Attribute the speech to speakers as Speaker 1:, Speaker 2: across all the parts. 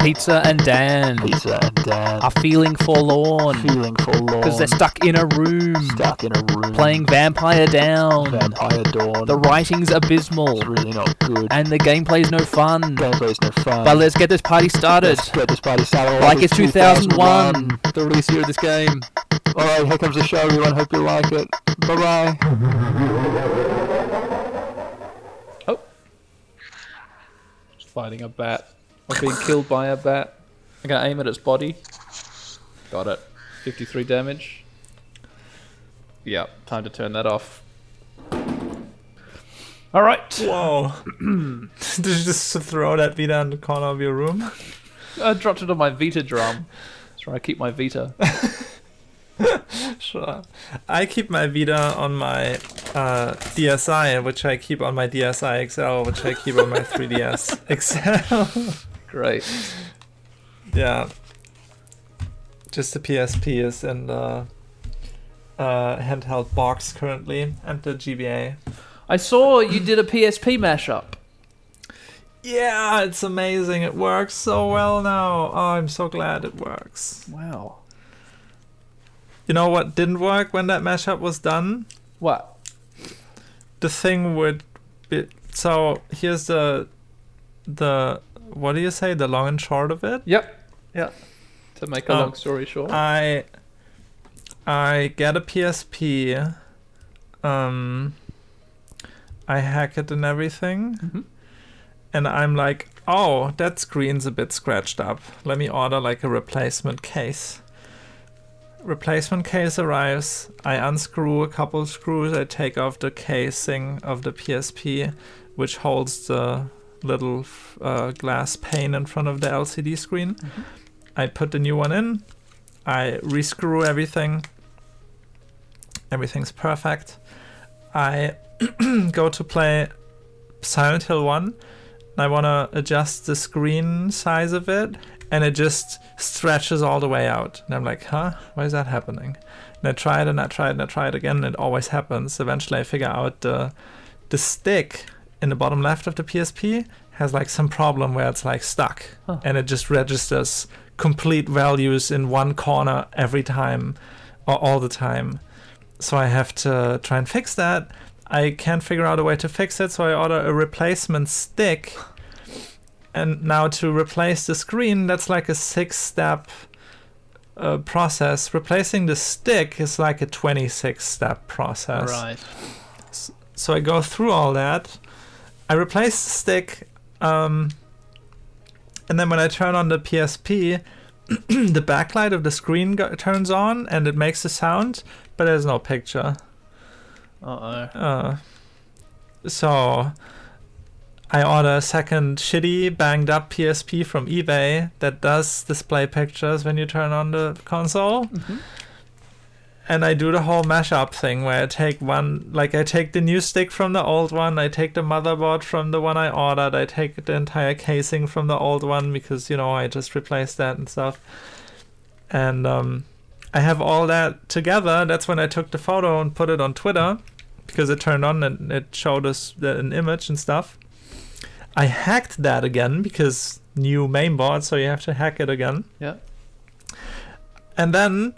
Speaker 1: Pizza and Dan
Speaker 2: Pizza and Dan
Speaker 1: are feeling forlorn
Speaker 2: feeling forlorn.
Speaker 1: because they're stuck in a room
Speaker 2: stuck in a room.
Speaker 1: playing Vampire Down.
Speaker 2: Vampire Dawn.
Speaker 1: The writing's abysmal
Speaker 2: It's really not good.
Speaker 1: and the gameplay's no fun.
Speaker 2: Gameplay's no fun.
Speaker 1: But let's get this party started.
Speaker 2: Let's get this party started.
Speaker 1: Like it's 2001, the release year of this game.
Speaker 2: Alright, here comes the show, everyone. Hope you like it. Bye bye.
Speaker 3: Oh. It's fighting a bat. I'm being killed by a bat. I'm gonna aim at its body. Got it. 53 damage. Yeah, time to turn that off. Alright.
Speaker 4: Whoa. Did you just throw that Vita in the corner of your room?
Speaker 3: I dropped it on my Vita drum. That's where I keep my Vita.
Speaker 4: Sure. I keep my Vita on my uh, DSi, which I keep on my DSi XL, which I keep on my 3DS XL.
Speaker 3: Great.
Speaker 4: yeah. Just the PSP is in the uh, handheld box currently, and the GBA.
Speaker 3: I saw you did a PSP mashup.
Speaker 4: Yeah, it's amazing. It works so well now. Oh, I'm so glad it works.
Speaker 3: Wow.
Speaker 4: You know what didn't work when that mashup was done?
Speaker 3: What?
Speaker 4: the thing would be so here's the the what do you say the long and short of it
Speaker 3: Yep. Yeah. To make a
Speaker 4: Um,
Speaker 3: long story short.
Speaker 4: i i get a psp um i hack it and everything
Speaker 3: Mhm.
Speaker 4: and i'm like oh that screen's a bit scratched up let me order like a replacement case replacement case arrives i unscrew a couple screws i take off the casing of the psp which holds the little f- uh, glass pane in front of the lcd screen i put the new one in i rescrew everything everything's perfect i go to play silent hill 1 and i want to adjust the screen size of it and it just stretches all the way out. And I'm like, huh? Why is that happening? And I try it and I try it and I try it again, and it always happens. Eventually, I figure out the the stick in the bottom left of the PSP has like some problem where it's like stuck,
Speaker 3: Huh.
Speaker 4: and it just registers complete values in one corner every time, or all the time. So I have to try and fix that. I can't figure out a way to fix it, so I order a replacement stick. And now to replace the screen, that's like a six step uh, process. Replacing the stick is like a 26 step process.
Speaker 3: right.
Speaker 4: So I go through all that. I replace the stick. Um, and then when I turn on the PSP, the backlight of the screen go- turns on and it makes a sound, but there's no picture.
Speaker 3: Uh oh.
Speaker 4: Uh, so I order a second shitty banged up PSP from eBay that does display pictures when you turn on the console. And I do the whole mashup thing where I take one, like I take the new stick from the old one, I take the motherboard from the one I ordered, I take the entire casing from the old one because, you know, I just replaced that and stuff. And um, I have all that together. That's when I took the photo and put it on Twitter because it turned on and it showed us the, an image and stuff. I hacked that again because new mainboard, so you have to hack it again.
Speaker 3: Yeah.
Speaker 4: And then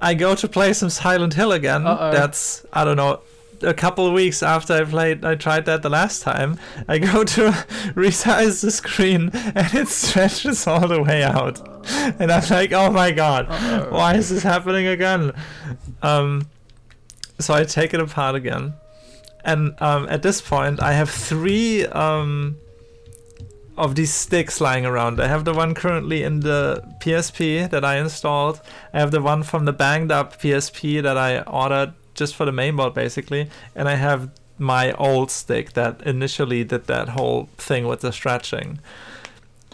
Speaker 4: I go to play some Silent Hill again.
Speaker 3: Uh-oh.
Speaker 4: That's I don't know a couple of weeks after I played I tried that the last time. I go to resize the screen and it stretches all the way out. And I'm like, "Oh my god.
Speaker 3: Uh-oh.
Speaker 4: Why is this happening again?" Um so I take it apart again. And um, at this point, I have three um, of these sticks lying around. I have the one currently in the PSP that I installed. I have the one from the banged up PSP that I ordered just for the mainboard, basically. And I have my old stick that initially did that whole thing with the stretching.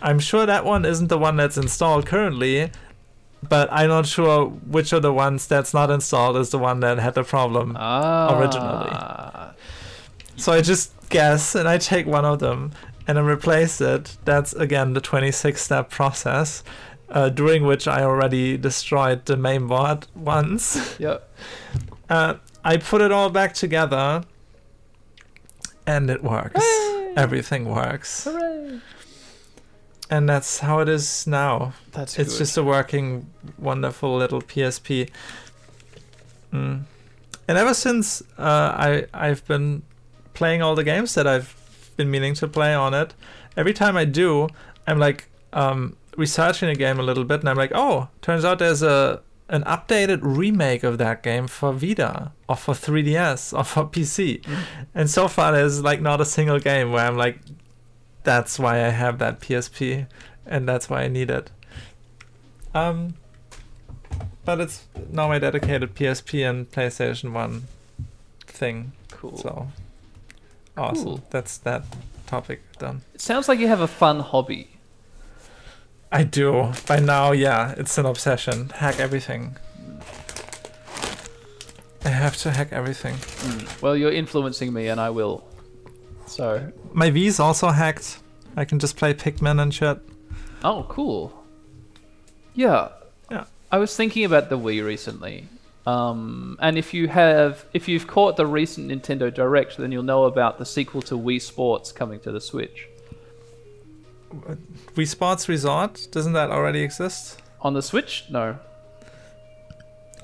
Speaker 4: I'm sure that one isn't the one that's installed currently, but I'm not sure which of the ones that's not installed is the one that had the problem.
Speaker 3: Ah.
Speaker 4: originally. So I just guess and I take one of them and I replace it. That's again the 26 step process, uh, during which I already destroyed the main board once.
Speaker 3: Yep.
Speaker 4: Uh, I put it all back together and it works. everything works. And that's how it is now.
Speaker 3: That's
Speaker 4: it's just a working, wonderful little PSP. Mm. And ever since uh, I I've been playing all the games that I've been meaning to play on it, every time I do, I'm like um, researching a game a little bit, and I'm like, oh, turns out there's a an updated remake of that game for Vita or for 3DS or for PC.
Speaker 3: Mm.
Speaker 4: And so far, there's like not a single game where I'm like, that's why I have that PSP and that's why I need it. Um, but it's now my dedicated PSP and PlayStation 1 thing.
Speaker 3: cool.
Speaker 4: So awesome.
Speaker 3: Cool.
Speaker 4: That's that topic done.
Speaker 3: It sounds like you have a fun hobby.
Speaker 4: I do. By now, yeah, it's an obsession. Hack everything. I have to hack everything.
Speaker 3: Hmm. Well, you're influencing me, and I will. So,
Speaker 4: My V's also hacked. I can just play Pikmin and shit.
Speaker 3: oh, cool. Yeah.
Speaker 4: Yeah.
Speaker 3: I was thinking about the Wii recently. Um, and if you have, if you've caught the recent Nintendo Direct, then you'll know about the sequel to Wii Sports coming to the Switch.
Speaker 4: Wii Sports Resort, doesn't that already exist?
Speaker 3: On the Switch? No.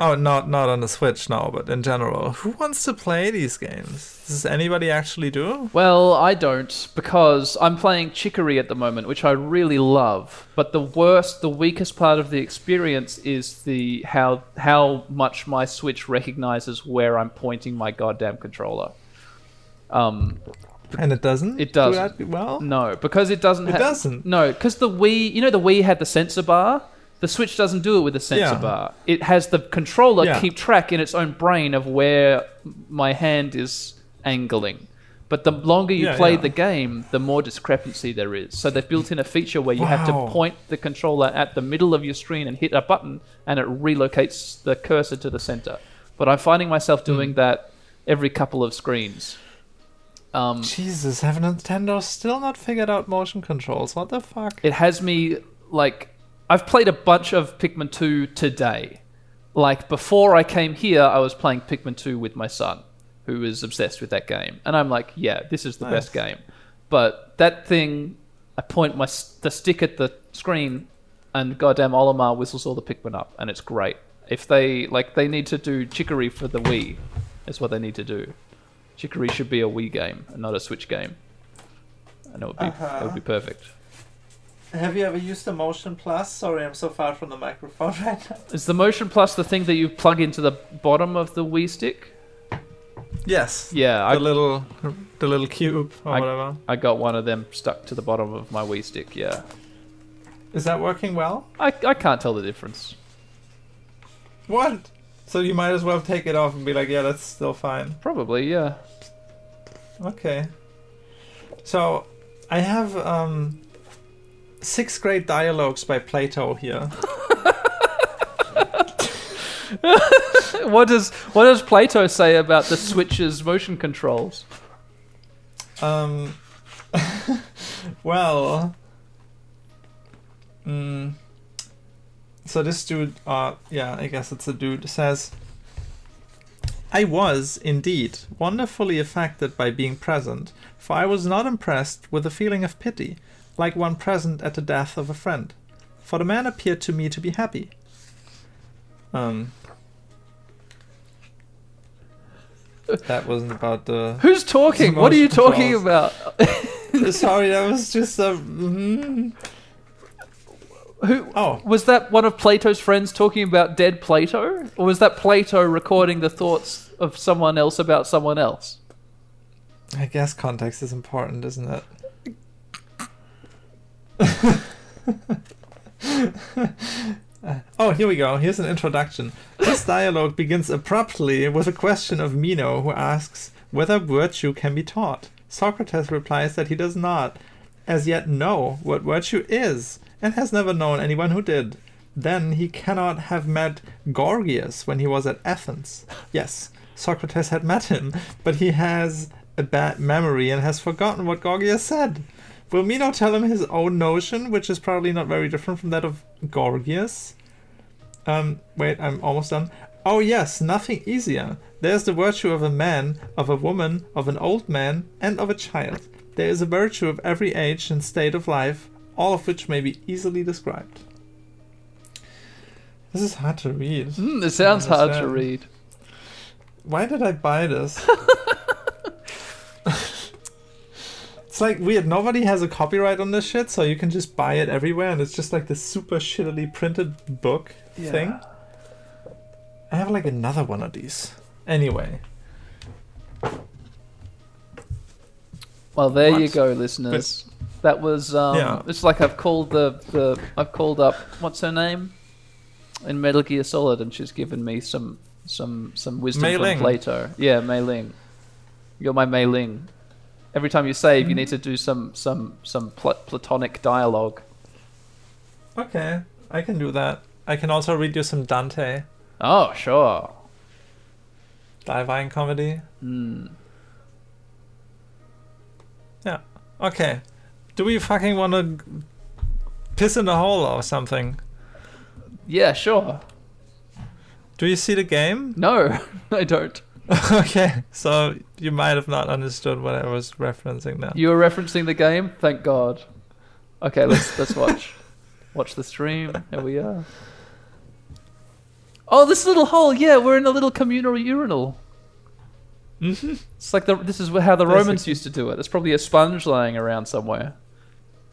Speaker 4: Oh, not not on the Switch now, but in general. Who wants to play these games? Does anybody actually do?
Speaker 3: Well, I don't because I'm playing Chicory at the moment, which I really love. But the worst, the weakest part of the experience is the how how much my Switch recognizes where I'm pointing my goddamn controller. Um,
Speaker 4: And it doesn't?
Speaker 3: It doesn't.
Speaker 4: Do that well?
Speaker 3: no, because it doesn't.
Speaker 4: It
Speaker 3: ha-
Speaker 4: doesn't?
Speaker 3: No, because the Wii, you know, the Wii had the sensor bar. The Switch doesn't do it with the sensor
Speaker 4: Yeah.
Speaker 3: bar. It has the controller
Speaker 4: Yeah.
Speaker 3: keep track in its own brain of where my hand is angling. But the longer you
Speaker 4: Yeah,
Speaker 3: play
Speaker 4: yeah.
Speaker 3: the game, the more discrepancy there is. So they've built in a feature where you have to
Speaker 4: Wow.
Speaker 3: point the controller at the middle of your screen and hit a button, and it relocates the cursor to the center. But I'm finding myself
Speaker 4: Hmm.
Speaker 3: doing that every couple of screens. Um,
Speaker 4: Jesus, have Nintendo still not figured out motion controls? What the fuck?
Speaker 3: it has me like I've played a bunch of Pikmin 2 today. Like before I came here, I was playing Pikmin 2 with my son, who is obsessed with that game, and I'm like, yeah, this is the
Speaker 4: Nice.
Speaker 3: best game. But that thing, I point my s- the stick at the screen, and goddamn Olimar whistles all the Pikmin up, and it's great. If they like, they need to do Chicory for the Wii. That's what they need to do. Chicory should be a Wii game and not a Switch game. And it would be it would be perfect.
Speaker 4: Have you ever used the Motion Plus? Sorry, I'm so far from the microphone right now.
Speaker 3: Is the motion plus the thing that you plug into the bottom of the Wii stick?
Speaker 4: Yes.
Speaker 3: Yeah, I,
Speaker 4: The little the little cube or
Speaker 3: I-
Speaker 4: whatever.
Speaker 3: I got one of them stuck to the bottom of my Wii stick, yeah.
Speaker 4: Is that working well?
Speaker 3: I, I can't tell the difference.
Speaker 4: What? So you might as well take it off and be like, yeah, that's still fine.
Speaker 3: Probably, yeah.
Speaker 4: Okay. So I have um sixth grade dialogues by Plato here.
Speaker 3: What does what does Plato say about the Switch's motion controls?
Speaker 4: Um well mm, So this dude uh yeah, I guess it's a dude says I was indeed wonderfully affected by being present, for I was not impressed with a feeling of pity, like one present at the death of a friend. For the man appeared to me to be happy. Um, that wasn't about the.
Speaker 3: Who's talking? What are you
Speaker 4: Motion
Speaker 3: talking about?
Speaker 4: Sorry, that was just a. mhm.
Speaker 3: Who
Speaker 4: Oh,
Speaker 3: was that one of Plato's friends talking about dead Plato? Or was that Plato recording the thoughts of someone else about someone else?
Speaker 4: I guess context is important, isn't it? oh, here we go. Here's an introduction. This dialogue begins abruptly with a question of Meno, who asks whether virtue can be taught. Socrates replies that he does not, as yet, know what virtue is, and has never known anyone who did. Then he cannot have met Gorgias when he was at Athens. Yes, Socrates had met him, but he has a bad memory and has forgotten what Gorgias said. Will Meno tell him his own notion, which is probably not very different from that of Gorgias? Um, wait, I'm almost done. Oh, yes, nothing easier. There's the virtue of a man, of a woman, of an old man, and of a child. There is a virtue of every age and state of life, all of which may be easily described. This is hard to read.
Speaker 3: Mm, it sounds hard to
Speaker 4: Understand.
Speaker 3: read.
Speaker 4: Why did I buy this? it's like weird. Nobody has a copyright on this shit, so you can just buy it everywhere, and it's just like this super shittily printed book thing. I have like another one of these. Anyway,
Speaker 3: Well, there you
Speaker 4: What?
Speaker 3: go, listeners. That was um,
Speaker 4: Yeah.
Speaker 3: it's like I've called the, the I've called up what's her name in Metal Gear Solid, and she's given me some some some wisdom
Speaker 4: Mei
Speaker 3: from
Speaker 4: Ling.
Speaker 3: Plato. Yeah, Mei Ling. You're my Mei Ling. Every time you save, you need to do some some some pl- platonic dialogue.
Speaker 4: okay, I can do that. I can also read you some Dante
Speaker 3: Oh, sure.
Speaker 4: Divine Comedy.
Speaker 3: Hmm.
Speaker 4: Okay, do we fucking want to piss in a hole or something?
Speaker 3: Yeah, sure.
Speaker 4: Do you see the game?
Speaker 3: No, I don't.
Speaker 4: okay, so you might have not understood what I was referencing now.
Speaker 3: You were referencing the game. Thank God. Okay, let's let's watch. Watch the stream. Here we are. Oh, this little hole. Yeah, we're in a little communal urinal.
Speaker 4: Mhm.
Speaker 3: It's like the, this is how the
Speaker 4: Basically.
Speaker 3: Romans used to do it. There's probably a sponge lying around somewhere.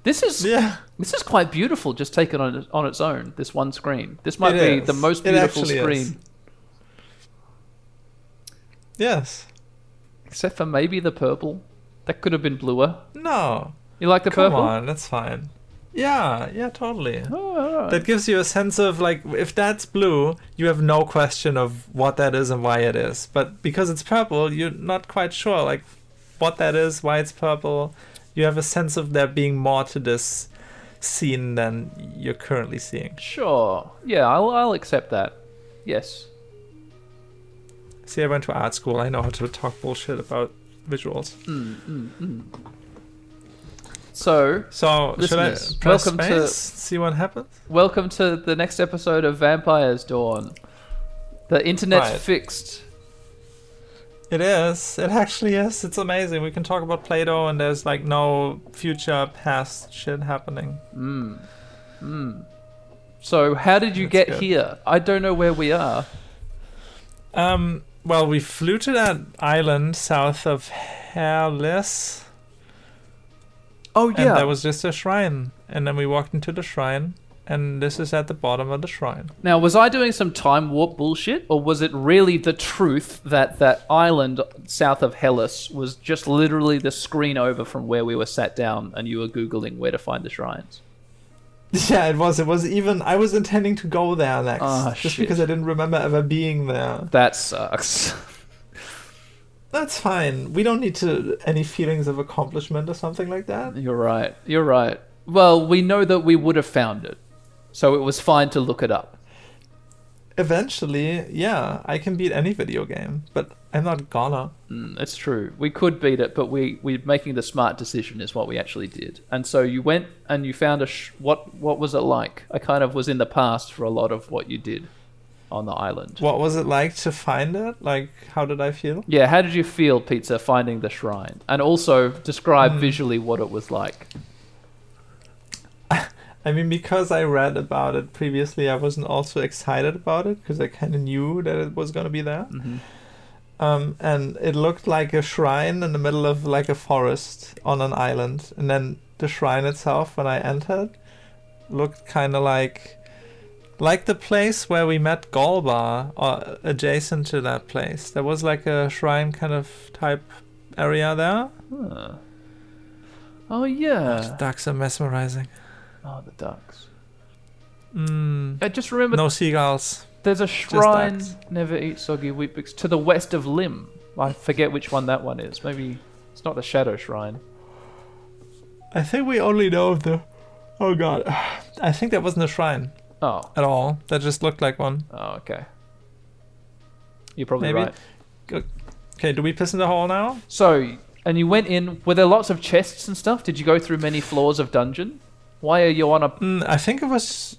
Speaker 3: This is
Speaker 4: Yeah,
Speaker 3: this is quite beautiful, just taken on on its own. This one screen. This might
Speaker 4: It
Speaker 3: be the
Speaker 4: is.
Speaker 3: most
Speaker 4: It
Speaker 3: beautiful
Speaker 4: actually
Speaker 3: screen,
Speaker 4: is. yes.
Speaker 3: except for maybe the purple. That could have been bluer.
Speaker 4: No,
Speaker 3: You like the
Speaker 4: come
Speaker 3: purple?
Speaker 4: on, that's fine. Yeah, yeah, totally.
Speaker 3: Oh, all right.
Speaker 4: That gives you a sense of like, if that's blue, you have no question of what that is and why it is. But because it's purple, you're not quite sure like what that is, why it's purple. You have a sense of there being more to this scene than you're currently seeing.
Speaker 3: Sure. Yeah, I'll, I'll accept that. Yes.
Speaker 4: See, I went to art school. I know how to talk bullshit about visuals.
Speaker 3: So,
Speaker 4: So
Speaker 3: Listeners,
Speaker 4: should I press
Speaker 3: welcome
Speaker 4: space?
Speaker 3: to-
Speaker 4: see what happens?
Speaker 3: welcome to the next episode of Vampire's Dawn. The internet's
Speaker 4: Right.
Speaker 3: fixed.
Speaker 4: It is. It actually is. It's amazing. We can talk about Plato, and there's like no future, past shit happening.
Speaker 3: Mm. Mm. So, how did you
Speaker 4: That's
Speaker 3: get
Speaker 4: good.
Speaker 3: here? I don't know where we are.
Speaker 4: Um. Well, we flew to that island south of Hellas,
Speaker 3: Oh,
Speaker 4: and
Speaker 3: yeah.
Speaker 4: there was just a shrine. And then we walked into the shrine, and this is at the bottom of the shrine.
Speaker 3: now, was I doing some time warp bullshit, or was it really the truth that that island south of Hellas was just literally the screen over from where we were sat down and you were Googling where to find the shrines?
Speaker 4: Yeah, it was. It was even. I was intending to go there next,
Speaker 3: Ah,
Speaker 4: just
Speaker 3: shit.
Speaker 4: because I didn't remember ever being there.
Speaker 3: That sucks.
Speaker 4: That's fine. We don't need to any feelings of accomplishment or something like that.
Speaker 3: You're right. You're right. Well, we know that we would have found it, so it was fine to look it up.
Speaker 4: Eventually, yeah, I can beat any video game, but I'm not gonna.
Speaker 3: Mm, it's true. We could beat it, but we we making the smart decision is what we actually did. And so you went and you found a sh- what what was it like? I kind of was in the past for a lot of what you did on the island.
Speaker 4: What was it like to find it? Like, how did I feel?
Speaker 3: Yeah, how did you feel, Pizza, finding the shrine? And also describe visually what it was like.
Speaker 4: I mean, because I read about it previously, I wasn't also excited about it because I kind of knew that it was gonna be there.
Speaker 3: Mm-hmm.
Speaker 4: Um, and it looked like a shrine in the middle of like a forest on an island. And then the shrine itself, when I entered, looked kind of like like the place where we met Golbar, or adjacent to that place. There was like a shrine kind of type area there.
Speaker 3: Huh. Oh yeah.
Speaker 4: The ducks are mesmerizing.
Speaker 3: Oh, the ducks.
Speaker 4: Mm,
Speaker 3: I just remember
Speaker 4: no seagulls.
Speaker 3: There's a shrine.
Speaker 4: acts.
Speaker 3: Never eat soggy wheat bix to the west of Lim. I forget which one that one is. Maybe it's not the Shadow Shrine.
Speaker 4: I think we only know of the. Oh god. I think that wasn't a shrine
Speaker 3: Oh,
Speaker 4: at all. That just looked like one.
Speaker 3: oh, okay. You're probably
Speaker 4: Maybe.
Speaker 3: right.
Speaker 4: Okay, do we piss in the hole now?
Speaker 3: So, and you went in. Were there lots of chests and stuff? Did you go through many floors of dungeon? Why are you on a?
Speaker 4: Mm, I think it was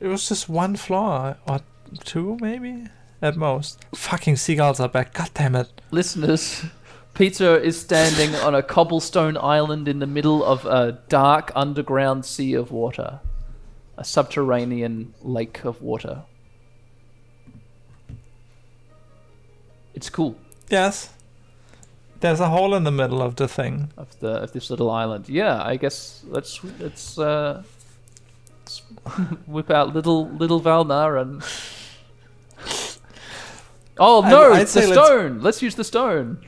Speaker 4: it was just one floor or two maybe at most. Fucking seagulls are back. God damn it.
Speaker 3: Listeners, Pizza is standing on a cobblestone island in the middle of a dark underground sea of water, a subterranean lake of water. It's cool
Speaker 4: Yes. There's a hole in the middle of the thing.
Speaker 3: of the of this little island. Yeah, I guess let's let's, uh, let's whip out little little Valnar and. Oh
Speaker 4: I'd-
Speaker 3: no!
Speaker 4: I'd
Speaker 3: it's the
Speaker 4: say let's-
Speaker 3: stone. Let's use the stone.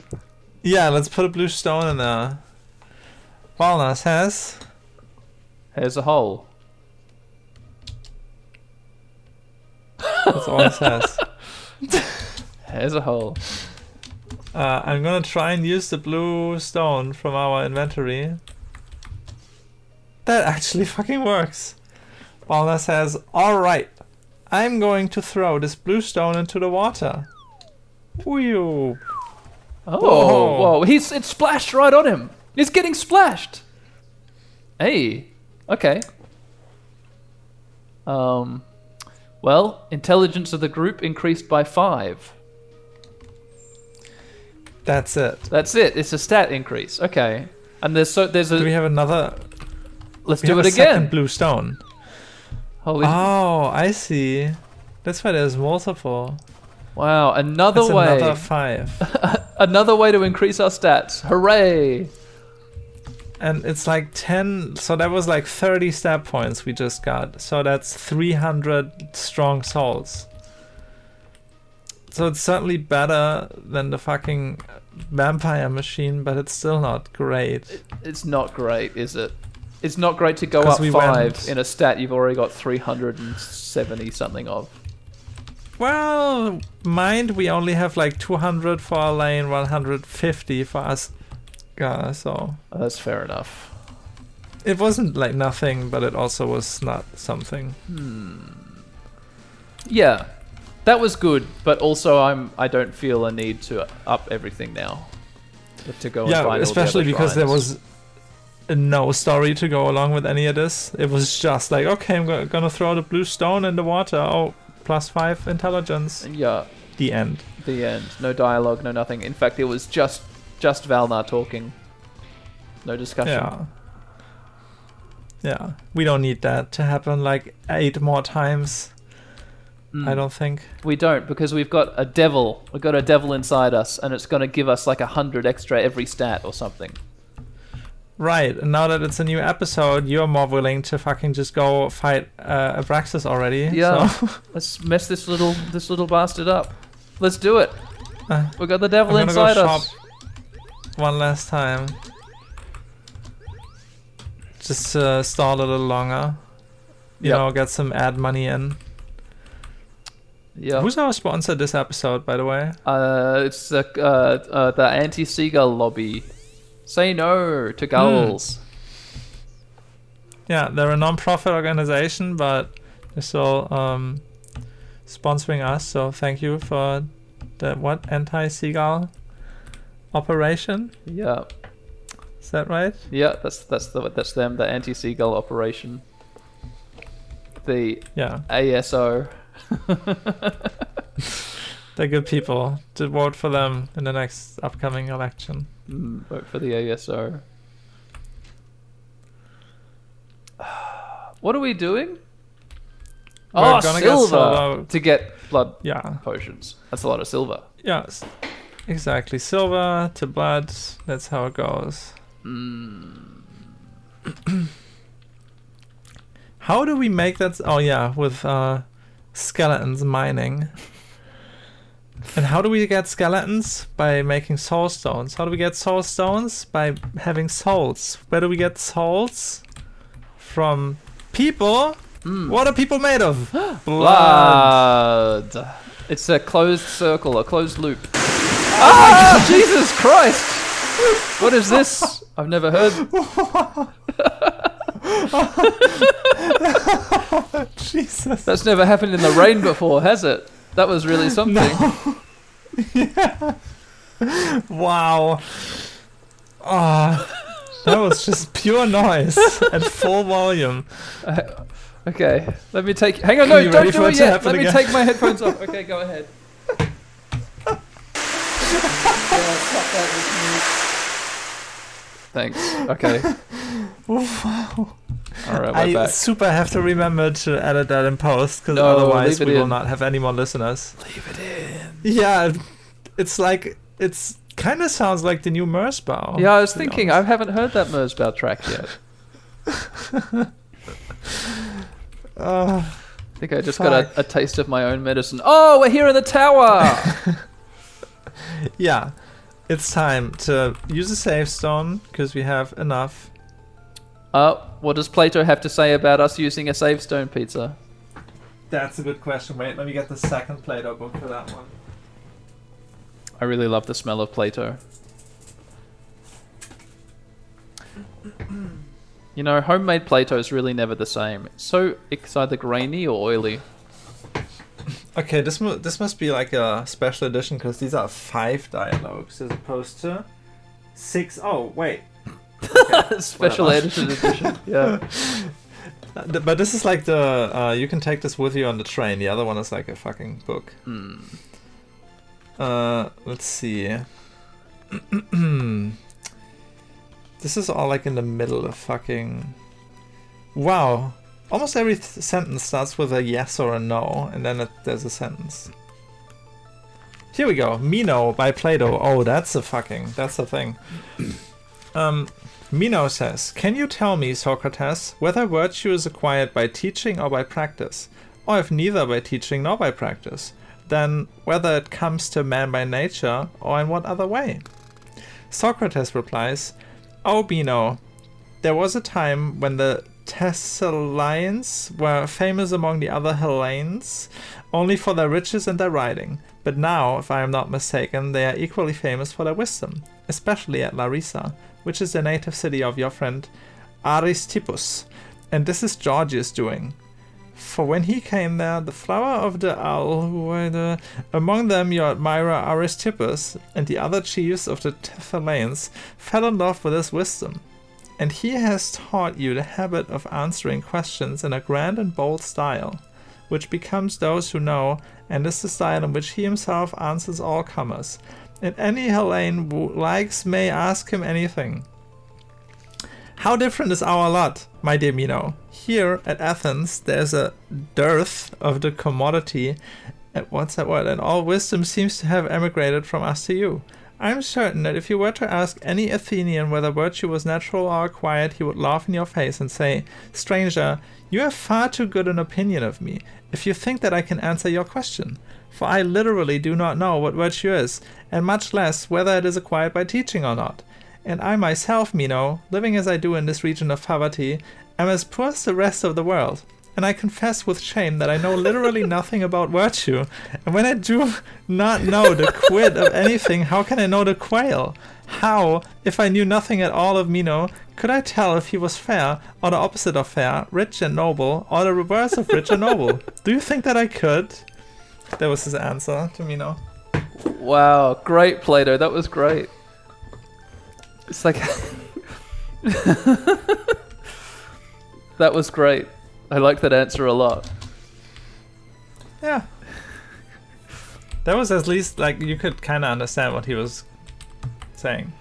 Speaker 4: Yeah, let's put a blue stone in there. Walnut has.
Speaker 3: Here's a hole.
Speaker 4: That's all it says.
Speaker 3: Here's a hole.
Speaker 4: Uh, I'm gonna try and use the blue stone from our inventory. That actually fucking works. Balna says, Alright, I'm going to throw this blue stone into the water. Whew.
Speaker 3: Oh,
Speaker 4: Whoa.
Speaker 3: whoa. He's it splashed right on him. He's getting splashed. Hey, okay. Um, well, intelligence of the group increased by five.
Speaker 4: That's it.
Speaker 3: That's it. It's a stat increase. Okay. And there's so there's a
Speaker 4: Do we have another?
Speaker 3: let's
Speaker 4: we
Speaker 3: do
Speaker 4: have
Speaker 3: it
Speaker 4: a second
Speaker 3: again.
Speaker 4: blue stone.
Speaker 3: Holy
Speaker 4: Oh, I see. That's why there's multiple.
Speaker 3: wow! Another
Speaker 4: That's
Speaker 3: way,
Speaker 4: another five.
Speaker 3: another way to increase our stats. Hooray!
Speaker 4: and it's like 10. So that was like 30 stat points we just got. So that's 300 strong souls. So it's certainly better than the fucking vampire machine, but it's still not great.
Speaker 3: It's not great, is it? It's not great to go
Speaker 4: 'Cause
Speaker 3: up
Speaker 4: we
Speaker 3: five
Speaker 4: went-
Speaker 3: in a stat you've already got three hundred and seventy something of.
Speaker 4: Well, mind we only have like 200 for our lane, 150 for us. Uh, so
Speaker 3: Oh, that's fair enough.
Speaker 4: it wasn't like nothing, but it also was not something.
Speaker 3: Yeah, that was good, but also I'm I don't feel a need to up everything now. But to go and
Speaker 4: yeah,
Speaker 3: find
Speaker 4: especially
Speaker 3: all the other
Speaker 4: because there
Speaker 3: shrines.
Speaker 4: was no story to go along with any of this. It was just like, okay, I'm go- gonna throw the blue stone in the water. Oh, plus five intelligence.
Speaker 3: yeah
Speaker 4: The end.
Speaker 3: the end. No dialogue, no nothing. In fact, it was just just Valnar talking. No discussion.
Speaker 4: Yeah. Yeah, we don't need that to happen like eight more times.
Speaker 3: Hmm.
Speaker 4: I don't think.
Speaker 3: We don't because we've got a devil. We've got a devil inside us, and it's going to give us like a hundred extra every stat or something.
Speaker 4: Right, and now that it's a new episode, you're more willing to fucking just go fight uh, Abraxas already.
Speaker 3: Yeah.
Speaker 4: so-
Speaker 3: Let's mess this little this little bastard up. Let's do it.
Speaker 4: Uh,
Speaker 3: We've got the devil
Speaker 4: I'm gonna go
Speaker 3: inside us.
Speaker 4: shop one last time. Just uh, stall a little longer. You
Speaker 3: Yep.
Speaker 4: know, get some ad money in.
Speaker 3: Yeah.
Speaker 4: Who's our sponsor this episode, by the way?
Speaker 3: uh, it's the uh, uh, the anti seagull lobby. Say no
Speaker 4: Hmm.
Speaker 3: to gulls.
Speaker 4: Yeah, they're a non-profit organization, but they're still um, sponsoring us. So thank you for the what anti-seagull operation.
Speaker 3: Yeah.
Speaker 4: Is that right?
Speaker 3: Yeah. That's that's the that's them. The anti seagull operation. The
Speaker 4: Yeah,
Speaker 3: ASO.
Speaker 4: they're good people. To vote for them in the next upcoming election.
Speaker 3: Mm, vote for the ASO. What are we doing? oh,
Speaker 4: We're gonna get
Speaker 3: silver
Speaker 4: solo-
Speaker 3: to get blood
Speaker 4: Yeah.
Speaker 3: potions. That's a lot of silver.
Speaker 4: Yes, exactly. Silver to blood. That's how it goes. Mm. how do we make that? s- Oh yeah, with uh, skeletons mining. And how do we get skeletons? By making soul stones. How do we get soul stones? By having souls. Where do we get souls? From people. What are people made of?
Speaker 3: Blood. It's a closed circle, a closed loop. ah, Jesus Christ! What is this? I've never heard.
Speaker 4: Jesus.
Speaker 3: That's never happened in the rain before, has it? That was really something.
Speaker 4: Wow. Ah, that was just pure noise at full volume.
Speaker 3: Okay, let me take. Hang on, no,
Speaker 4: You
Speaker 3: don't
Speaker 4: ready
Speaker 3: do
Speaker 4: for it
Speaker 3: it
Speaker 4: to
Speaker 3: yet.
Speaker 4: happen
Speaker 3: Let me
Speaker 4: again?
Speaker 3: take my headphones off. Okay, go ahead. Thanks. Okay.
Speaker 4: Wow.
Speaker 3: All right, we're
Speaker 4: I
Speaker 3: back.
Speaker 4: super have to remember to edit that in post because
Speaker 3: No,
Speaker 4: otherwise
Speaker 3: leave it
Speaker 4: we will
Speaker 3: in.
Speaker 4: not have any more listeners. Leave it in. Yeah, it's like it's kind of sounds like the new Mersbow.
Speaker 3: Yeah, I was
Speaker 4: Oh, to be
Speaker 3: thinking I haven't heard that Mersbow track yet.
Speaker 4: Uh,
Speaker 3: I think I just got a, a taste of my own medicine. Oh, we're here in the tower.
Speaker 4: yeah, it's time to use a save stone because we have enough.
Speaker 3: uh, what does Plato have to say about us using a save stone pizza?
Speaker 4: That's a good question. Wait, let me get the second Play-Doh book for that one.
Speaker 3: I really love the smell of Plato. You know, homemade Plato is really never the same. It's so it's either grainy or oily.
Speaker 4: Okay, this mu- this must be like a special edition because these are five dialogues as opposed to six oh wait,
Speaker 3: Special
Speaker 4: Whatever.
Speaker 3: edited edition. Yeah.
Speaker 4: Uh, th- But this is like the uh, you can take this with you on the train. The other one is like a fucking book.
Speaker 3: Hmm.
Speaker 4: Uh, let's see. this is all like in the middle of fucking. Wow, almost every th- sentence starts with a yes or a no, and then it, there's a sentence. Here we go. Mino by Plato. Oh, that's a fucking that's a thing. Um, Mino says, Can you tell me, Socrates, whether virtue is acquired by teaching or by practice? Or if neither by teaching nor by practice, then whether it comes to man by nature or in what other way? Socrates replies, O Mino, there was a time when the Thessalians were famous among the other Hellenes only for their riches and their riding, but now, if I am not mistaken, they are equally famous for their wisdom, especially at Larissa, which is the native city of your friend Aristippus. And this is Georgius doing. For when he came there, the flower of the owl were the, among them your admirer Aristippus and the other chiefs of the Thessalians fell in love with his wisdom and he has taught you the habit of answering questions in a grand and bold style, which becomes those who know, and is the style in which he himself answers all comers. And any Hellene who likes may ask him anything. How different is our lot, my dear Mino? Here at Athens, there's a dearth of the commodity. uh, What's that word? And all wisdom seems to have emigrated from us to you. I'm certain that if you were to ask any Athenian whether virtue was natural or acquired, he would laugh in your face and say, Stranger, you have far too good an opinion of me, if you think that I can answer your question. For I literally do not know what virtue is, and much less whether it is acquired by teaching or not. And I myself, Mino, living as I do in this region of poverty, am as poor as the rest of the world. And I confess with shame that I know literally nothing about virtue. And when I do not know the quid of anything, how can I know the quail? How, if I knew nothing at all of Mino, could I tell if he was fair, or the opposite of fair, rich and noble, or the reverse of rich and noble? Do you think that I could? That was his answer to Mino.
Speaker 3: Wow, great Plato. That was great. It's like That was great. I like that answer a lot.
Speaker 4: Yeah. That was at least like you could kind of understand what he was saying.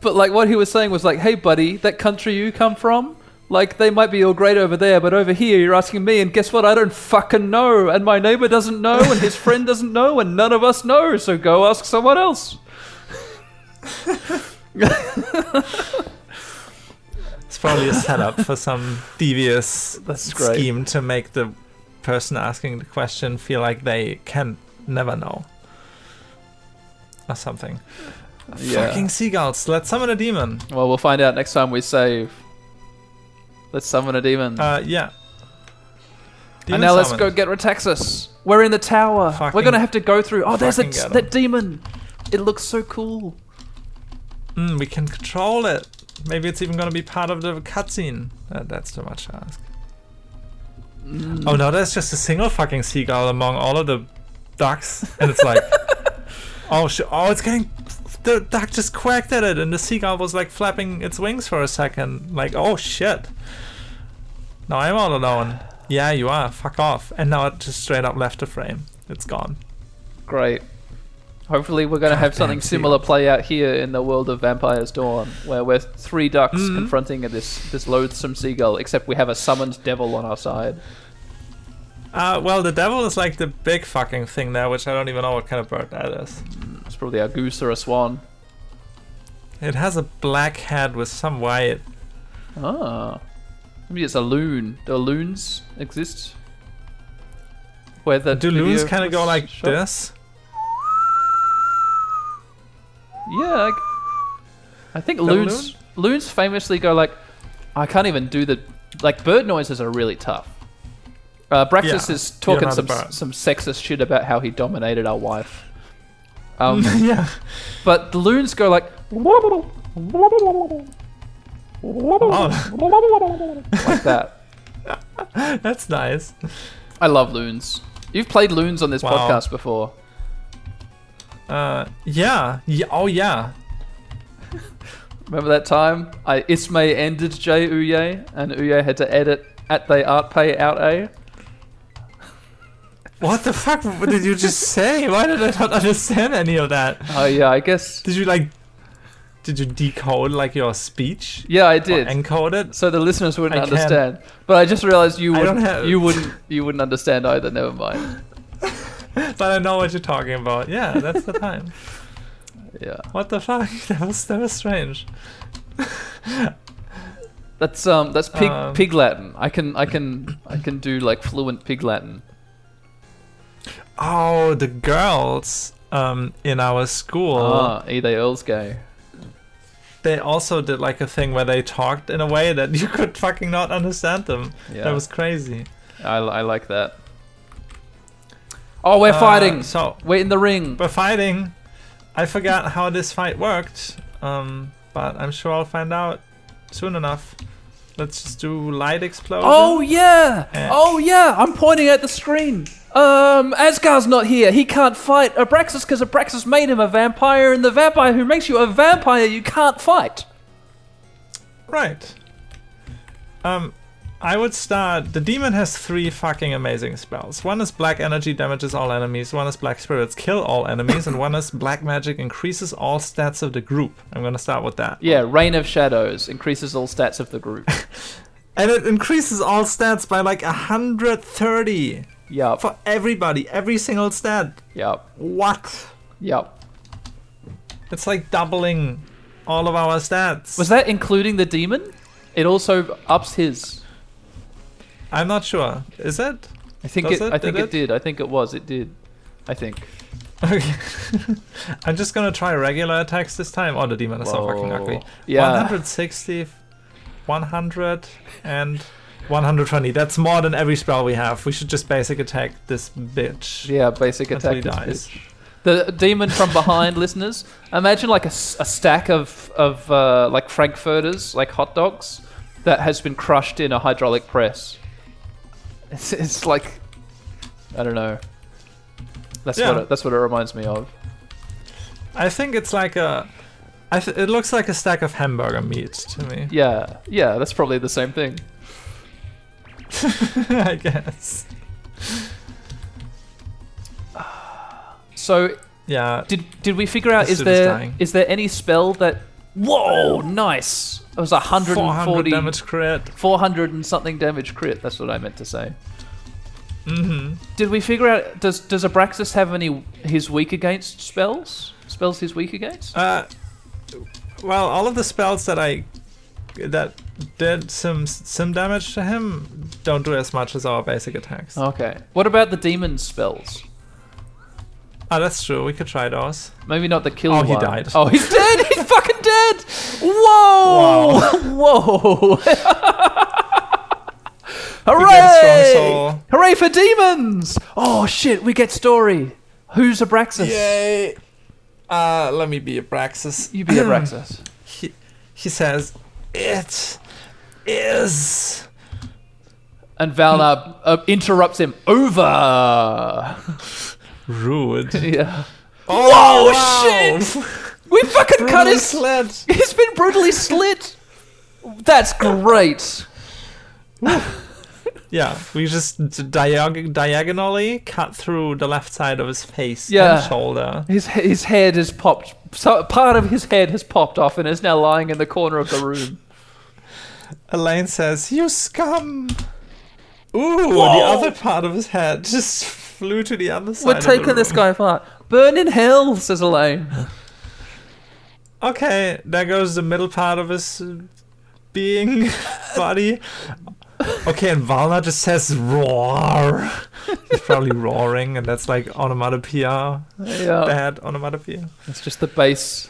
Speaker 3: But like what he was saying was like, "Hey buddy, that country you come from, like they might be all great over there, but over here you're asking me and guess what? I don't fucking know and my neighbor doesn't know and his friend doesn't know and none of us know, so go ask someone else."
Speaker 4: It's probably a setup for some devious
Speaker 3: That's great.
Speaker 4: scheme to make the person asking the question feel like they can never know. Or something.
Speaker 3: Yeah.
Speaker 4: Fucking seagulls, let's summon a demon.
Speaker 3: Well, we'll find out next time we save. Let's summon a demon.
Speaker 4: Uh, yeah.
Speaker 3: and now let's go
Speaker 4: summoned.
Speaker 3: get Retaxus. We're in the tower. We're
Speaker 4: Fucking-
Speaker 3: gonna have to go through. Oh, there's
Speaker 4: fucking
Speaker 3: that,
Speaker 4: get
Speaker 3: that demon. It looks so cool.
Speaker 4: Mm, we can control it. Maybe it's even gonna be part of the cutscene. Uh, that's too much to ask. Oh no, there's just a single fucking seagull among all of the ducks, and it's like, oh sh- oh, it's getting. The duck just quacked at it, and the seagull was like flapping its wings for a second, like oh shit. Now I'm all alone. Yeah, you are. Fuck off. And now it just straight up left the frame. It's gone.
Speaker 3: Great. Hopefully, we're going to have something
Speaker 4: Goddamn
Speaker 3: similar play out here in the world of Vampire's Dawn, where we're three ducks
Speaker 4: Mm-hmm.
Speaker 3: confronting this this loathsome seagull. Except we have a summoned devil on our side.
Speaker 4: Uh, well, the devil is like the big fucking thing there, which I don't even know what kind of bird that is.
Speaker 3: It's probably a goose or a swan.
Speaker 4: It has a black head with some white.
Speaker 3: Ah, maybe it's a loon. Do loons exist? Where the
Speaker 4: Uh, Do loons
Speaker 3: video
Speaker 4: kind of
Speaker 3: was
Speaker 4: go like
Speaker 3: shot?
Speaker 4: this?
Speaker 3: Yeah, like, I think loons loons famously go like, I can't even do the like bird noises are really tough. Uh, Braxis
Speaker 4: Yeah,
Speaker 3: is talking
Speaker 4: you're not
Speaker 3: some
Speaker 4: a bird.
Speaker 3: some sexist shit about how he dominated our wife. Um,
Speaker 4: yeah.
Speaker 3: but the loons go like,
Speaker 4: Oh,
Speaker 3: like that.
Speaker 4: that's nice.
Speaker 3: I love loons. You've played loons on this
Speaker 4: Wow.
Speaker 3: podcast before.
Speaker 4: Uh, yeah. yeah. Oh, yeah.
Speaker 3: Remember that time I Ismay ended J Uye and Uye had to edit at they art pay out a.
Speaker 4: What the fuck What did you just say? Why did I not understand any of that?
Speaker 3: Oh yeah, I guess.
Speaker 4: Did you like? Did you decode like your speech?
Speaker 3: Yeah, I
Speaker 4: Or
Speaker 3: did.
Speaker 4: encode it?
Speaker 3: so the listeners wouldn't
Speaker 4: I can.
Speaker 3: understand. But I just realized you
Speaker 4: I don't
Speaker 3: wouldn't.
Speaker 4: have-
Speaker 3: You wouldn't. You wouldn't understand either. Never mind.
Speaker 4: But I know what you're talking about. Yeah, that's the time.
Speaker 3: Yeah,
Speaker 4: What the fuck? That was that was strange.
Speaker 3: that's um, that's pig
Speaker 4: Um,
Speaker 3: pig Latin. I can I can I can do like fluent pig Latin.
Speaker 4: Oh, the girls um in our school
Speaker 3: Ah, E they Earls gay.
Speaker 4: they also did like a thing where they talked in a way that you could fucking not understand them.
Speaker 3: Yeah,
Speaker 4: That was crazy.
Speaker 3: I, I like that. Oh, we're
Speaker 4: Uh,
Speaker 3: fighting.
Speaker 4: So
Speaker 3: We're in the ring.
Speaker 4: we're fighting. I forgot how this fight worked. Um, but I'm sure I'll find out soon enough. Let's just do light explosion.
Speaker 1: Oh yeah!
Speaker 4: Yeah.
Speaker 1: Oh yeah! I'm pointing at the screen.
Speaker 3: Um, Asgar's not here. He can't fight Abraxas because Abraxas made him a vampire, and the vampire who makes you a vampire, you can't fight.
Speaker 4: Right. Um, I would start. The demon has three fucking amazing spells. One is black energy damages all enemies. One is black spirits kill all enemies, and one is black magic increases all stats of the group. I'm gonna start with that.
Speaker 3: Yeah, Reign of Shadows increases all stats of the group.
Speaker 4: And it increases all stats by like 130
Speaker 3: yup,
Speaker 4: for everybody, every single stat.
Speaker 3: yup,
Speaker 4: What?
Speaker 3: yup.
Speaker 4: It's like doubling all of our stats.
Speaker 3: Was that including the demon? It also ups his.
Speaker 4: I'm not sure. Is it?
Speaker 3: I think
Speaker 4: Does
Speaker 3: it,
Speaker 4: it?
Speaker 3: I think
Speaker 4: Did
Speaker 3: it did. I think it was. It did. I think.
Speaker 4: Okay. I'm just gonna try regular attacks this time. Oh, the demon is so fucking
Speaker 3: Whoa.
Speaker 4: ugly.
Speaker 3: Yeah.
Speaker 4: 160, 100, and 120. That's more than every spell we have. We should just basic attack this bitch.
Speaker 3: Yeah, basic
Speaker 4: Until he
Speaker 3: attack.
Speaker 4: dies.
Speaker 3: is The demon from behind, listeners. Imagine like a, s- a stack of of uh, like frankfurters, like hot dogs, that has been crushed in a hydraulic press. It's, it's like, I don't know. That's
Speaker 4: Yeah.
Speaker 3: what it, that's what it reminds me of.
Speaker 4: I think it's like a. I th- it looks like a stack of hamburger meat to me.
Speaker 3: Yeah, yeah, that's probably the same thing.
Speaker 4: I guess.
Speaker 3: So
Speaker 4: Yeah.
Speaker 3: did did we figure out is
Speaker 4: This dude is
Speaker 3: there is
Speaker 4: dying.
Speaker 3: there any spell that? Whoa, nice! It was
Speaker 4: 400
Speaker 3: 140
Speaker 4: damage crit.
Speaker 3: 400 and something damage crit. That's what I meant to say.
Speaker 4: hmm
Speaker 3: Did we figure out? Does does Abraxas have any his weak against spells? Spells he's weak against?
Speaker 4: Uh, well, all of the spells that I that did some some damage to him don't do as much as our basic attacks. Oh,
Speaker 3: Okay. What about the demon spells?
Speaker 4: Ah, that's true. We could try those.
Speaker 3: Maybe not the kill
Speaker 4: Oh,
Speaker 3: one.
Speaker 4: he died.
Speaker 3: Oh, he's dead. He's fucking dead. Whoa! Whoa!
Speaker 4: get a strong
Speaker 3: Hooray!
Speaker 4: soul.
Speaker 3: Hooray for demons! Oh shit, we get story. Who's Abraxas?
Speaker 4: Yay! Uh, let me be Abraxas.
Speaker 3: You be Abraxas.
Speaker 4: he, he says, "It is."
Speaker 3: And Valnar uh, interrupts him. Over.
Speaker 4: Rude.
Speaker 3: yeah.
Speaker 4: Oh
Speaker 3: shit! We fucking cut his.
Speaker 4: slit.
Speaker 3: He's been brutally slit. That's great.
Speaker 4: Yeah, we just d- diag- diagonally cut through the left side of his face
Speaker 3: Yeah.
Speaker 4: and shoulder.
Speaker 3: His his head has popped. So part of his head has popped off and is now lying in the corner of the room.
Speaker 4: Elaine says, "You scum!" Ooh, the other part of his head just flew to the other side.
Speaker 3: We're
Speaker 4: of the
Speaker 3: taking this
Speaker 4: room.
Speaker 3: guy apart. Burn in hell, says Elaine.
Speaker 4: Okay, there goes the middle part of his uh, being body. Okay, and Valna just says roar. He's probably roaring, and that's like onomatopoeia,
Speaker 3: Yeah,
Speaker 4: bad onomatopoeia.
Speaker 3: it's just the base.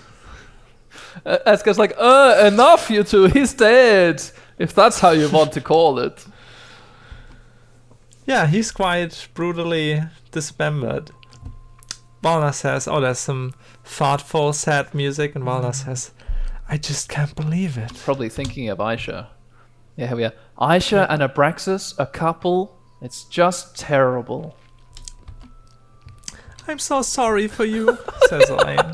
Speaker 3: Uh, Asuka's like, uh, enough, you two. He's dead. If that's how you want to call it.
Speaker 4: Yeah, he's quite brutally dismembered. Valna says, "Oh, there's some thoughtful, sad music," and Valna says, "I just can't believe it."
Speaker 3: Probably thinking of Aisha. Yeah, here we are. Aisha and Abraxas, a couple. It's just terrible.
Speaker 4: I'm so sorry for you, says Elaine.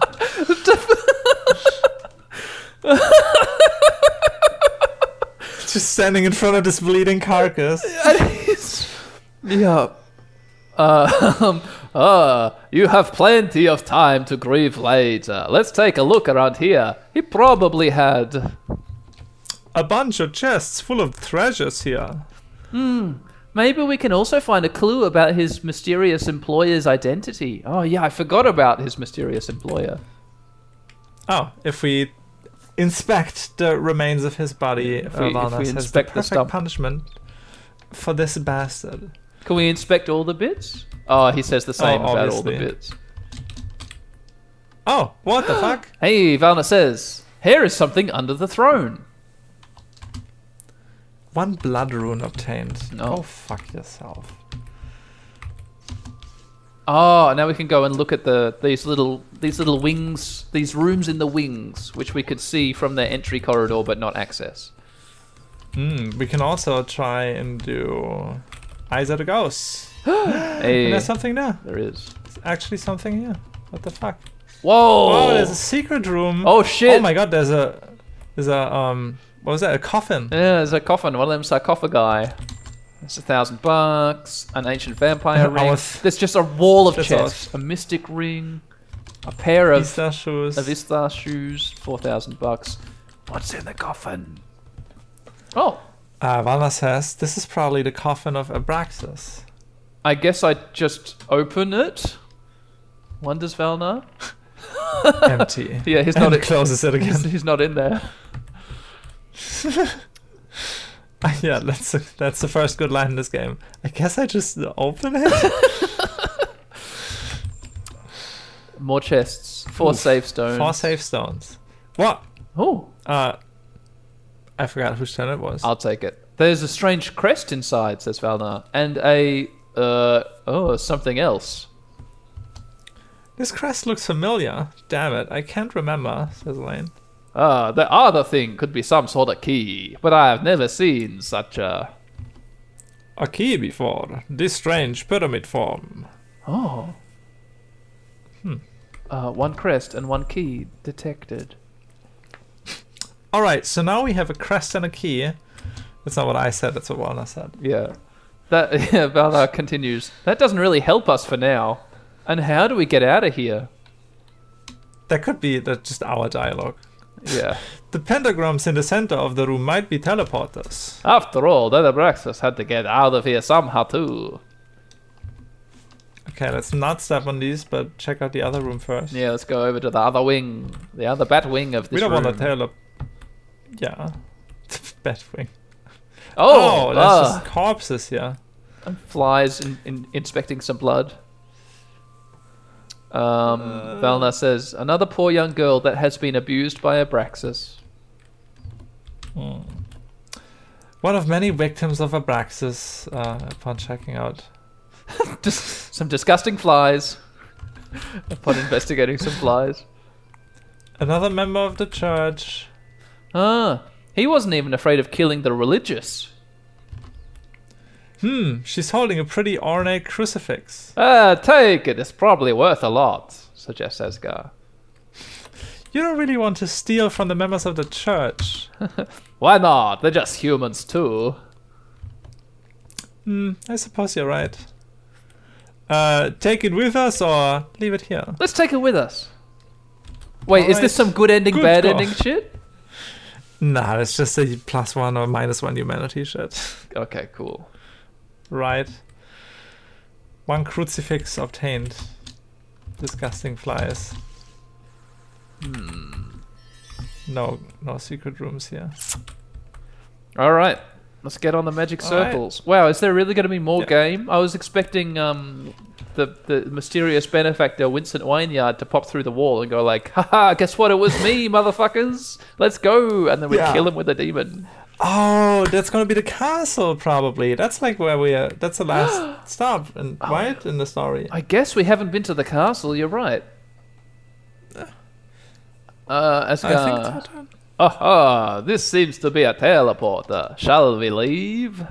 Speaker 4: Just standing in front of this bleeding carcass.
Speaker 3: Yeah. Uh, um, uh, you have plenty of time to grieve later. Let's take a look around here. He probably had.
Speaker 4: A bunch of chests full of treasures here.
Speaker 3: Maybe we can also find a clue about his mysterious employer's identity. Oh, yeah, I forgot about his mysterious employer.
Speaker 4: Oh, if we inspect the remains of his body,
Speaker 3: If we- if
Speaker 4: Alana
Speaker 3: we
Speaker 4: says
Speaker 3: inspect the
Speaker 4: the perfect
Speaker 3: stump.
Speaker 4: punishment for this bastard.
Speaker 3: Can we inspect all the bits? Oh, he says the same about all the
Speaker 4: obviously.
Speaker 3: bits.
Speaker 4: Oh, what the fuck?
Speaker 3: Hey, Valna says, here is something under the throne.
Speaker 4: One blood rune obtained.
Speaker 3: No.
Speaker 4: Go fuck yourself.
Speaker 3: Oh, now we can go and look at the these little these little wings, these rooms in the wings, which we could see from the entry corridor but not access.
Speaker 4: Mm, we can also try and do Eyes of the Ghost.
Speaker 3: Hey,
Speaker 4: And there's something there.
Speaker 3: there is.
Speaker 4: There's actually something here. What the fuck? Oh,
Speaker 3: Whoa!
Speaker 4: there's a secret room.
Speaker 3: Oh, shit.
Speaker 4: Oh my god, there's a there's a um what was that? A coffin.
Speaker 3: yeah, there's a coffin. One of them sarcophagi. It's a thousand bucks. An ancient vampire
Speaker 4: I
Speaker 3: ring.
Speaker 4: was-
Speaker 3: There's just a wall of
Speaker 4: That's
Speaker 3: chests. A mystic ring. A pair of
Speaker 4: Easter shoes.
Speaker 3: of Istar shoes. Four thousand bucks. What's in the coffin? Oh,
Speaker 4: uh, Valna says this is probably the coffin of Abraxas.
Speaker 3: I guess I just open it. Wonders Valna.
Speaker 4: Empty.
Speaker 3: Yeah, he's
Speaker 4: And
Speaker 3: not.
Speaker 4: closes it
Speaker 3: He's,
Speaker 4: again.
Speaker 3: he's not in there.
Speaker 4: yeah, that's that's the first good line in this game. I guess I just open it.
Speaker 3: More chests. Four
Speaker 4: Oof.
Speaker 3: safe stones.
Speaker 4: Four safe stones. What?
Speaker 3: Oh,
Speaker 4: Uh, I forgot whose turn it was.
Speaker 3: I'll take it. There's a strange crest inside, says Valnar, and a uh oh something else.
Speaker 4: This crest looks familiar. Damn it, I can't remember, says Elaine.
Speaker 3: Ah, the other thing could be some sort of key, but I have never seen such a.
Speaker 4: A key before. This strange pyramid form.
Speaker 3: Oh. Hmm. Uh, one crest and one key detected.
Speaker 4: Alright, so now we have a crest and a key. That's not what I said, that's what Warner said.
Speaker 3: Yeah. That yeah, Valnar continues. That doesn't really help us for now. And how do we get out of here?
Speaker 4: That could be that just our dialogue.
Speaker 3: Yeah.
Speaker 4: The pentagrams in the center of the room might be teleporters.
Speaker 3: After all, that Abraxas had to get out of here somehow too.
Speaker 4: Okay, let's not step on these, but check out the other room first.
Speaker 3: Yeah, let's go over to the other wing, the other bat wing of this
Speaker 4: we don't
Speaker 3: room.
Speaker 4: want to tele. Yeah. Batwing.
Speaker 3: Oh,
Speaker 4: there's
Speaker 3: ah,
Speaker 4: just corpses here.
Speaker 3: flies in, in, inspecting some blood. Um,
Speaker 4: Uh.
Speaker 3: Valna says another poor young girl that has been abused by Abraxas.
Speaker 4: Hmm. One of many victims of Abraxas uh, upon checking out.
Speaker 3: Just some disgusting flies. Upon investigating some flies.
Speaker 4: Another member of the church.
Speaker 3: Ah, he wasn't even afraid of killing the religious.
Speaker 4: Hmm, she's holding a pretty ornate crucifix.
Speaker 3: Ah, take it. It's probably worth a lot, suggests Asgar.
Speaker 4: You don't really want to steal from the members of the church.
Speaker 3: Why not? They're just humans too.
Speaker 4: Hmm, I suppose you're right. Uh, take it with us or leave it here.
Speaker 3: Let's take it with us. Wait, is this some
Speaker 4: Alright.
Speaker 3: good ending,
Speaker 4: Good
Speaker 3: bad
Speaker 4: God.
Speaker 3: ending shit?
Speaker 4: Nah, it's just a plus one or minus one humanity shit.
Speaker 3: Okay, cool.
Speaker 4: Right. One crucifix obtained. Disgusting flies. Hmm. No, no secret rooms here.
Speaker 3: All right, let's get on the magic
Speaker 4: All right.
Speaker 3: circles. Wow, is there really going to be more
Speaker 4: Yeah.
Speaker 3: game? I was expecting um, the the mysterious benefactor Winston Wynyard to pop through the wall and go like, "Haha, guess what? It was me, motherfuckers! Let's go!" And then we
Speaker 4: Yeah.
Speaker 3: kill him with a demon.
Speaker 4: Oh, that's gonna be the castle probably. That's like where we are. That's the last stop, and right in the story.
Speaker 3: I guess we haven't been to the castle. You're right. Uh,
Speaker 4: I think
Speaker 3: Asgar.
Speaker 4: it's our turn.
Speaker 3: Aha! This seems to be a teleporter. Shall we leave?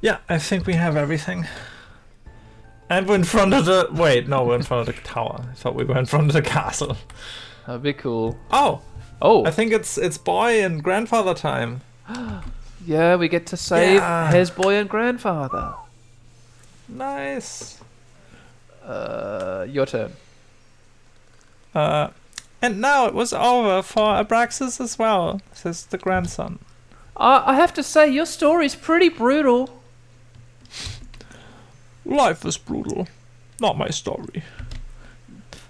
Speaker 4: Yeah, I think we have everything. And we're in front of the. Wait, no, we're in front of the tower. I thought we were in front of the castle.
Speaker 3: That'd be cool.
Speaker 4: Oh,
Speaker 3: Oh,
Speaker 4: I think it's it's boy and grandfather time.
Speaker 3: yeah, we get to save
Speaker 4: Yeah.
Speaker 3: his boy and grandfather.
Speaker 4: Nice.
Speaker 3: Uh, your turn.
Speaker 4: Uh, and now it was over for Abraxas as well, says the grandson.
Speaker 3: Uh, I have to say, your story's pretty brutal.
Speaker 4: Life is brutal. Not my story.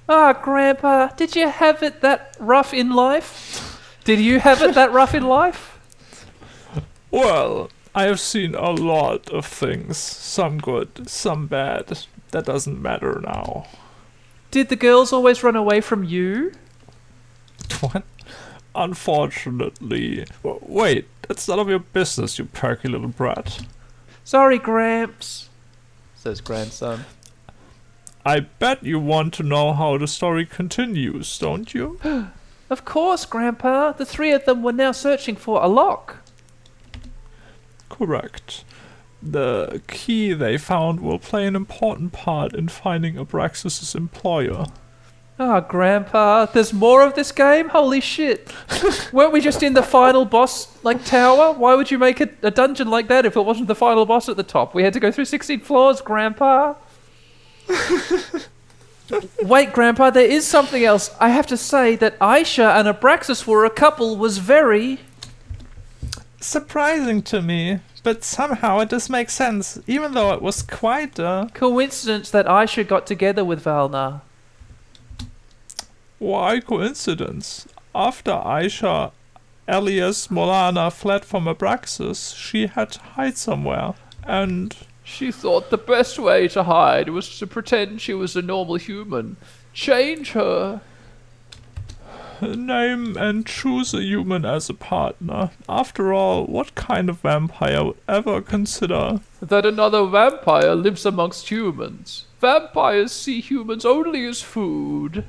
Speaker 3: Ah, Grandpa, did you have it that rough in life? Did you have it that rough in life?
Speaker 4: Well, I have seen a lot of things. Some good, some bad. That doesn't matter now.
Speaker 3: Did the girls always run away from you?
Speaker 4: What? Unfortunately. W- Wait, that's none of your business, you perky little brat.
Speaker 3: Sorry, Gramps, says grandson.
Speaker 4: I bet you want to know how the story continues, don't you?
Speaker 3: Of course, Grandpa. The three of them were now searching for a lock.
Speaker 4: Correct. The key they found will play an important part in finding Abraxas's employer.
Speaker 3: Ah, Grandpa, there's more of this game? Holy shit. Weren't we just in the final boss, like, tower? Why would you make a, a dungeon like that if it wasn't the final boss at the top? We had to go through 16 floors, Grandpa. Wait, Grandpa, there is something else. I have to say that Aisha and Abraxas were a couple was very.
Speaker 4: Surprising to me, but somehow it does make sense, even though it was quite uh, a.
Speaker 3: Coincidence that Aisha got together with Valnar.
Speaker 4: Why coincidence? After Aisha, alias Molana, fled from Abraxas, she had to hide somewhere, and
Speaker 3: She thought the best way to hide was to pretend she was a normal human. Change her.
Speaker 4: name and choose a human as a partner. After all, what kind of vampire would ever consider
Speaker 3: that another vampire lives amongst humans. Vampires see humans only as food.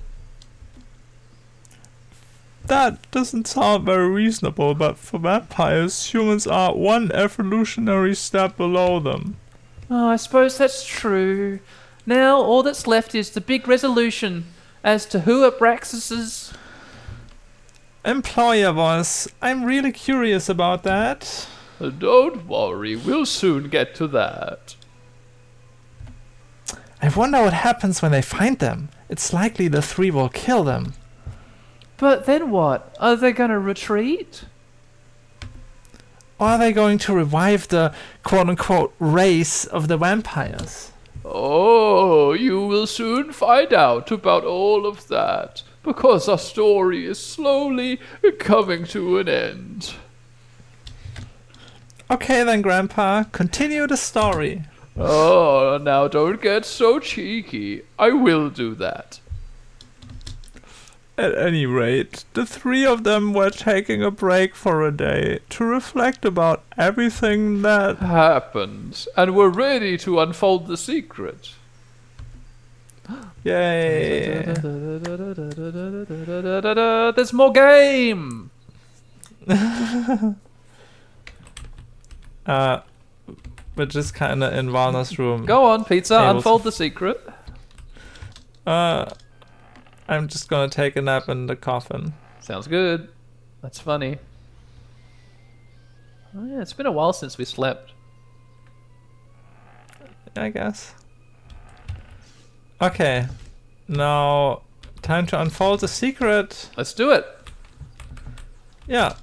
Speaker 4: That doesn't sound very reasonable, but for vampires, humans are one evolutionary step below them.
Speaker 3: Oh, I suppose that's true. Now all that's left is the big resolution as to who Abraxas's.
Speaker 4: Employer was. I'm really curious about that.
Speaker 3: Don't worry, we'll soon get to that.
Speaker 4: I wonder what happens when they find them. It's likely the three will kill them.
Speaker 3: But then what? Are they gonna retreat?
Speaker 4: Or are they going to revive the quote unquote race of the vampires?
Speaker 3: Oh, you will soon find out about all of that, because our story is slowly coming to an end.
Speaker 4: Okay then, Grandpa, continue the story.
Speaker 3: Oh, now don't get so cheeky. I will do that.
Speaker 4: At any rate, the three of them were taking a break for a day to reflect about everything that.
Speaker 3: Happens, and we're ready to unfold the secret.
Speaker 4: Yay!
Speaker 3: There's more game.
Speaker 4: Uh, which is kind of in Varna's room.
Speaker 3: Go on, pizza.
Speaker 4: Hey, what's-
Speaker 3: unfold the secret.
Speaker 4: Uh, I'm just gonna take a nap in the coffin.
Speaker 3: Sounds good. That's funny. Oh, yeah, it's been a while since we slept.
Speaker 4: I guess. Okay, now time to unfold the secret.
Speaker 3: Let's do it.
Speaker 4: Yeah.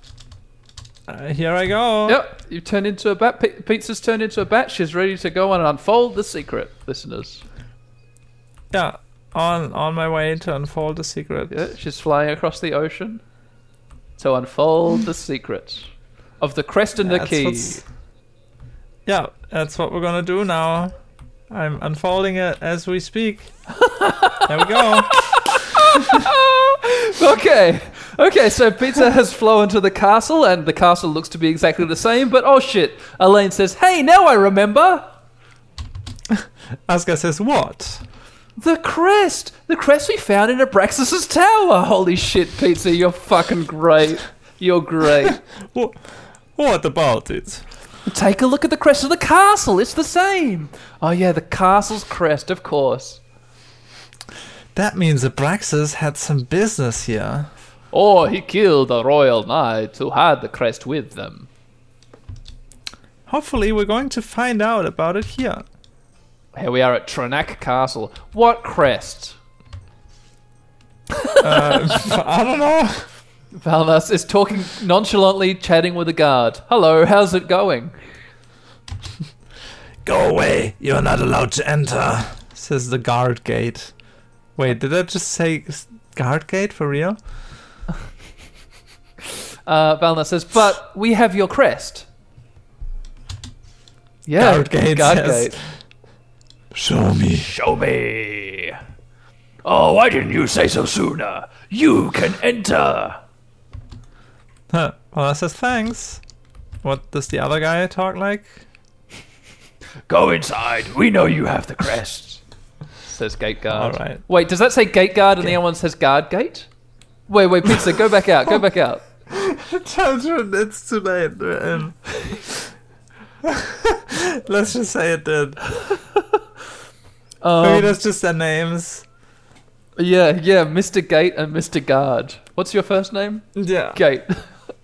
Speaker 4: Uh, here I go.
Speaker 3: Yep, you've turned into a bat. Pi- pizza's turned into a bat. She's ready to go and unfold the secret, listeners.
Speaker 4: Yeah. On on my way to unfold the secret.
Speaker 3: Yeah, she's flying across the ocean to unfold the secret of the crest and the
Speaker 4: That's
Speaker 3: key.
Speaker 4: what's- Yeah, that's what we're gonna do now. I'm unfolding it as we speak. there we go.
Speaker 3: okay. Okay, so pizza has flown to the castle, and the castle looks to be exactly the same, but oh shit. Elaine says, Hey, now I remember!
Speaker 4: Asuka says, "What?
Speaker 3: The crest! The crest we found in Abraxas's tower! Holy shit, pizza, you're fucking great. You're great.
Speaker 4: Wha- What about it?"
Speaker 3: Take a look at the crest of the castle, it's the same! Oh yeah, the castle's crest, of course.
Speaker 4: That means Abraxas had some business here.
Speaker 3: Or Oh, he killed a royal knight who had the crest with them.
Speaker 4: Hopefully, we're going to find out about it here.
Speaker 3: Here we are at Tranac Castle. What crest?
Speaker 4: Uh, I don't know.
Speaker 3: Valnas is talking nonchalantly, chatting with a guard. Hello, how's it going?
Speaker 4: Go away! You're not allowed to enter, says the guard gate. Wait, did I just say s- guard gate for real?
Speaker 3: Uh, Valnas says, but we have your crest. Yeah,
Speaker 4: Guard gate says-
Speaker 3: gate.
Speaker 4: Show me.
Speaker 1: Show me. Oh, why didn't you say so sooner? You can enter.
Speaker 4: Huh. Well, I says thanks. What does the other guy talk like?
Speaker 1: Go inside. We know you have the crest.
Speaker 3: Says gate guard.
Speaker 4: All right.
Speaker 3: Wait, does that say gate guard and the other one says guard gate? Wait, wait, pizza, go back out, go back out.
Speaker 4: Children, it's too late. Um, let's just say it did. Maybe
Speaker 3: Um,
Speaker 4: that's just their names.
Speaker 3: yeah, yeah, Mr. Gate and Mr. Guard. What's your first name?
Speaker 4: Yeah.
Speaker 3: Gate.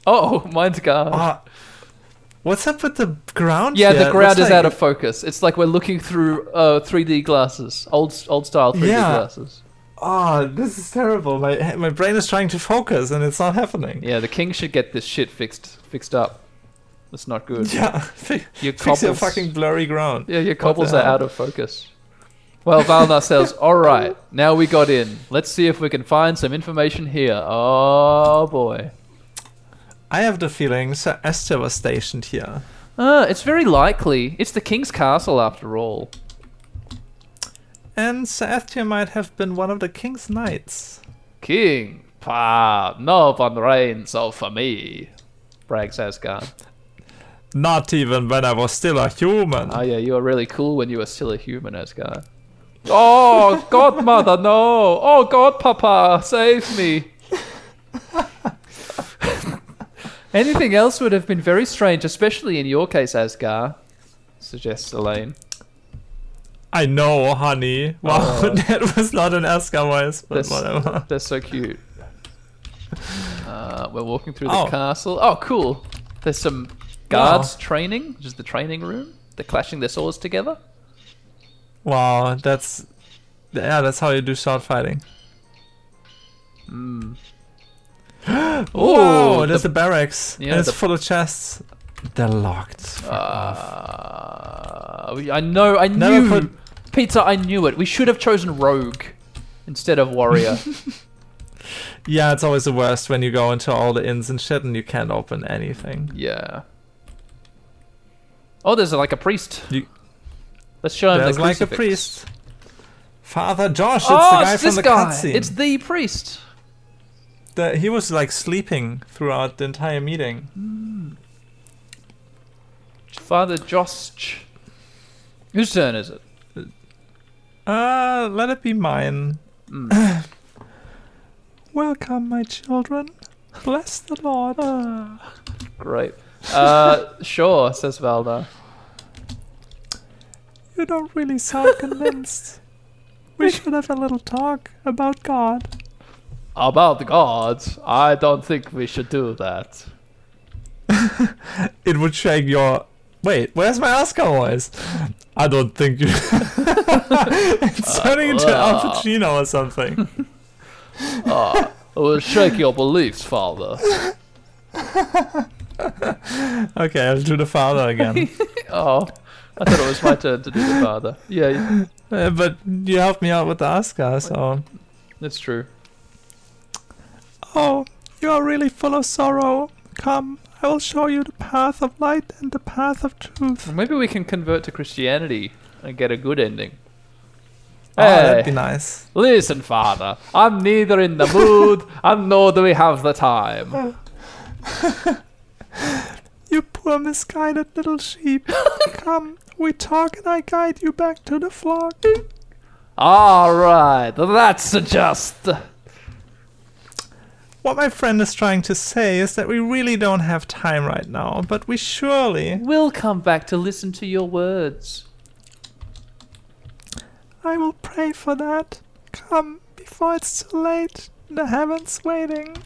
Speaker 3: Oh, mine's guard.
Speaker 4: Ah, what's up with the ground?
Speaker 3: Yeah,
Speaker 4: here?
Speaker 3: the
Speaker 4: It
Speaker 3: ground
Speaker 4: looks
Speaker 3: is
Speaker 4: like-
Speaker 3: out of focus. It's like we're looking through uh, 3D glasses, old old style 3D
Speaker 4: Yeah.
Speaker 3: glasses.
Speaker 4: Oh, this is terrible. My my brain is trying to focus and it's not happening.
Speaker 3: Yeah, the king should get this shit fixed fixed up. That's not good.
Speaker 4: Yeah. Fi-
Speaker 3: Your
Speaker 4: fix your
Speaker 3: cobbles-
Speaker 4: fucking blurry ground.
Speaker 3: Yeah, your
Speaker 4: What the
Speaker 3: cobbles are
Speaker 4: hell?
Speaker 3: out of focus. Well, Valnar says, "All right, now we got in. Let's see if we can find some information here." Oh boy,
Speaker 4: I have the feeling Sir Esther was stationed here.
Speaker 3: uh, it's very likely it's the king's castle after all.
Speaker 4: And Sir Esther might have been one of the king's knights.
Speaker 3: King, pa, no one reigns over me. Brags Asgard.
Speaker 4: Not even when I was still a human.
Speaker 3: Oh yeah, you were really cool when you were still a human, Asgard. Oh, godmother, no! Oh, godpapa, save me! Anything else would have been very strange, especially in your case, Asgard. Suggests Elaine.
Speaker 4: I know, honey. Wow, that was not an Esker voice, but
Speaker 3: Oh. That's-
Speaker 4: whatever.
Speaker 3: They're so cute. Uh, we're walking through
Speaker 4: Oh.
Speaker 3: the castle. Oh, cool. There's some guards training, which is the training room. They're clashing their swords together.
Speaker 4: Wow, that's yeah, that's how you do sword fighting.
Speaker 3: Mm. Oh,
Speaker 4: Oh, there's the, barracks.
Speaker 3: Yeah,
Speaker 4: and it's
Speaker 3: the- Ah.
Speaker 4: full of chests. They're locked.
Speaker 3: Uh, we- I know, I
Speaker 4: Never
Speaker 3: knew.
Speaker 4: put-
Speaker 3: Pizza, I knew it. We should have chosen rogue instead of warrior.
Speaker 4: yeah, it's always the worst when you go into all the inns and shit and you can't open anything.
Speaker 3: yeah. Oh, there's like a priest.
Speaker 4: You-
Speaker 3: Let's show him
Speaker 4: there's
Speaker 3: the
Speaker 4: like
Speaker 3: crucifix.
Speaker 4: a priest. Father Josh, it's
Speaker 3: oh,
Speaker 4: the guy
Speaker 3: it's
Speaker 4: from
Speaker 3: this
Speaker 4: the
Speaker 3: guy.
Speaker 4: cutscene.
Speaker 3: It's the priest.
Speaker 4: The- he was like sleeping throughout the entire meeting.
Speaker 3: Father Josch. Whose turn is it?
Speaker 4: Uh, let it be mine.
Speaker 3: Hmm,
Speaker 4: Welcome, my children. Bless the Lord. Ah.
Speaker 3: Great. Uh, sure, says Valda.
Speaker 4: You don't really sound convinced. we should have a little talk about God.
Speaker 3: About the gods, I don't think we should do that.
Speaker 4: It would shake your Wait, where's my Oscar voice? I don't think you. it's turning into Al Pacino or something.
Speaker 3: I Ah, will shake your beliefs, father.
Speaker 4: Okay, I'll do the father again.
Speaker 3: Oh, I thought it was my turn to do the father. Yeah,
Speaker 4: Uh, but you helped me out with the Oscar, so.
Speaker 3: that's true.
Speaker 4: Oh, you are really full of sorrow. Come, I will show you the path of light and the path of truth.
Speaker 3: Maybe we can convert to Christianity and get a good ending.
Speaker 4: Oh, that'd be
Speaker 3: Hey.
Speaker 4: nice.
Speaker 3: Listen, father, I'm neither in the mood, and nor do we have the time.
Speaker 4: You poor misguided little sheep. Come, we talk and I guide you back to the flock.
Speaker 3: All right, that's just.
Speaker 4: What my friend is trying to say is that we really don't have time right now, but we surely.
Speaker 3: We'll come back to listen to your words.
Speaker 4: I will pray for that. Come, before it's too late. The heavens waiting.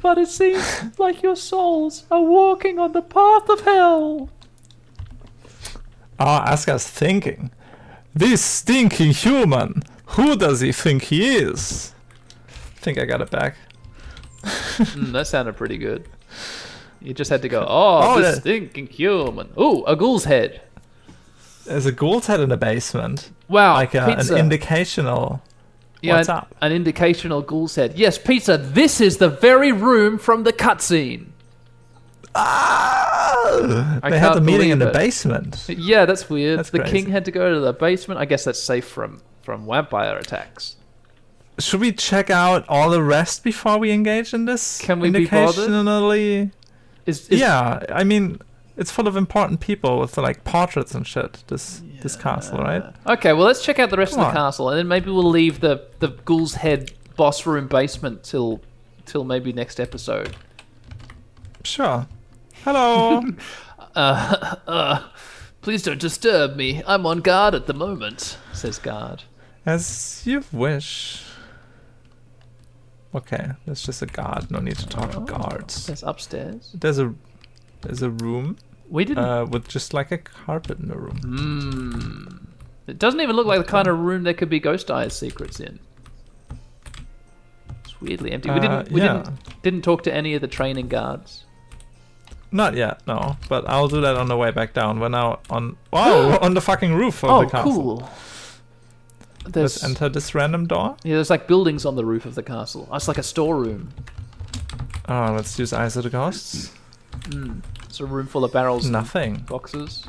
Speaker 3: But it seems like your souls are walking on the path of hell.
Speaker 4: Ah, Asuka's thinking. This stinking human! Who does he think he is? think I got it back.
Speaker 3: Mm, that sounded pretty good. You just had to go, oh,
Speaker 4: Oh,
Speaker 3: this
Speaker 4: that-
Speaker 3: stinking human. Ooh, a ghoul's head.
Speaker 4: There's a ghoul's head in the basement.
Speaker 3: Wow,
Speaker 4: Like uh, an
Speaker 3: Oh, pizza.
Speaker 4: indicational.
Speaker 3: Yeah,
Speaker 4: What's
Speaker 3: an,
Speaker 4: up?
Speaker 3: an indicational ghoul's head. Yes, pizza, this is the very room from the cutscene.
Speaker 4: Ah!
Speaker 3: I
Speaker 4: They had
Speaker 3: can't
Speaker 4: the meeting in
Speaker 3: believe
Speaker 4: the
Speaker 3: it.
Speaker 4: basement.
Speaker 3: Yeah, that's weird.
Speaker 4: That's
Speaker 3: the
Speaker 4: crazy.
Speaker 3: king had to go to the basement. I guess that's safe from from vampire attacks.
Speaker 4: Should we check out all the rest before we engage in this?
Speaker 3: Can we be bothered?
Speaker 4: indicationally?
Speaker 3: Is, is
Speaker 4: yeah, I mean, it's full of important people with like portraits and shit. This this castle, right?
Speaker 3: Okay, well let's check out the rest
Speaker 4: Come
Speaker 3: of the
Speaker 4: on.
Speaker 3: castle, and then maybe we'll leave the the ghoul's head boss room basement till till maybe next episode.
Speaker 4: Sure. Hello.
Speaker 3: Uh, uh, please don't disturb me. I'm on guard at the moment," says guard.
Speaker 4: As you wish. Okay, that's just a guard. No need to talk
Speaker 3: Oh.
Speaker 4: to guards.
Speaker 3: Says upstairs.
Speaker 4: There's a there's a room
Speaker 3: We didn't.
Speaker 4: uh, with just like a carpet in the room.
Speaker 3: Hmm. It doesn't even look like the kind of room there could be ghost eyes secrets in. It's weirdly empty. We
Speaker 4: Uh,
Speaker 3: didn't. We
Speaker 4: yeah.
Speaker 3: didn't. Didn't talk to any of the training guards.
Speaker 4: Not yet, no. But I'll do that on the way back down. We're now on wow, we're on the fucking roof of
Speaker 3: Oh,
Speaker 4: the castle.
Speaker 3: cool.
Speaker 4: Let's
Speaker 3: There's
Speaker 4: enter this random door.
Speaker 3: yeah. There's like buildings on the roof of the castle. It's like a storeroom.
Speaker 4: Oh, let's use eyes of the ghosts.
Speaker 3: Mm. It's a room full of barrels and
Speaker 4: Nothing.
Speaker 3: boxes.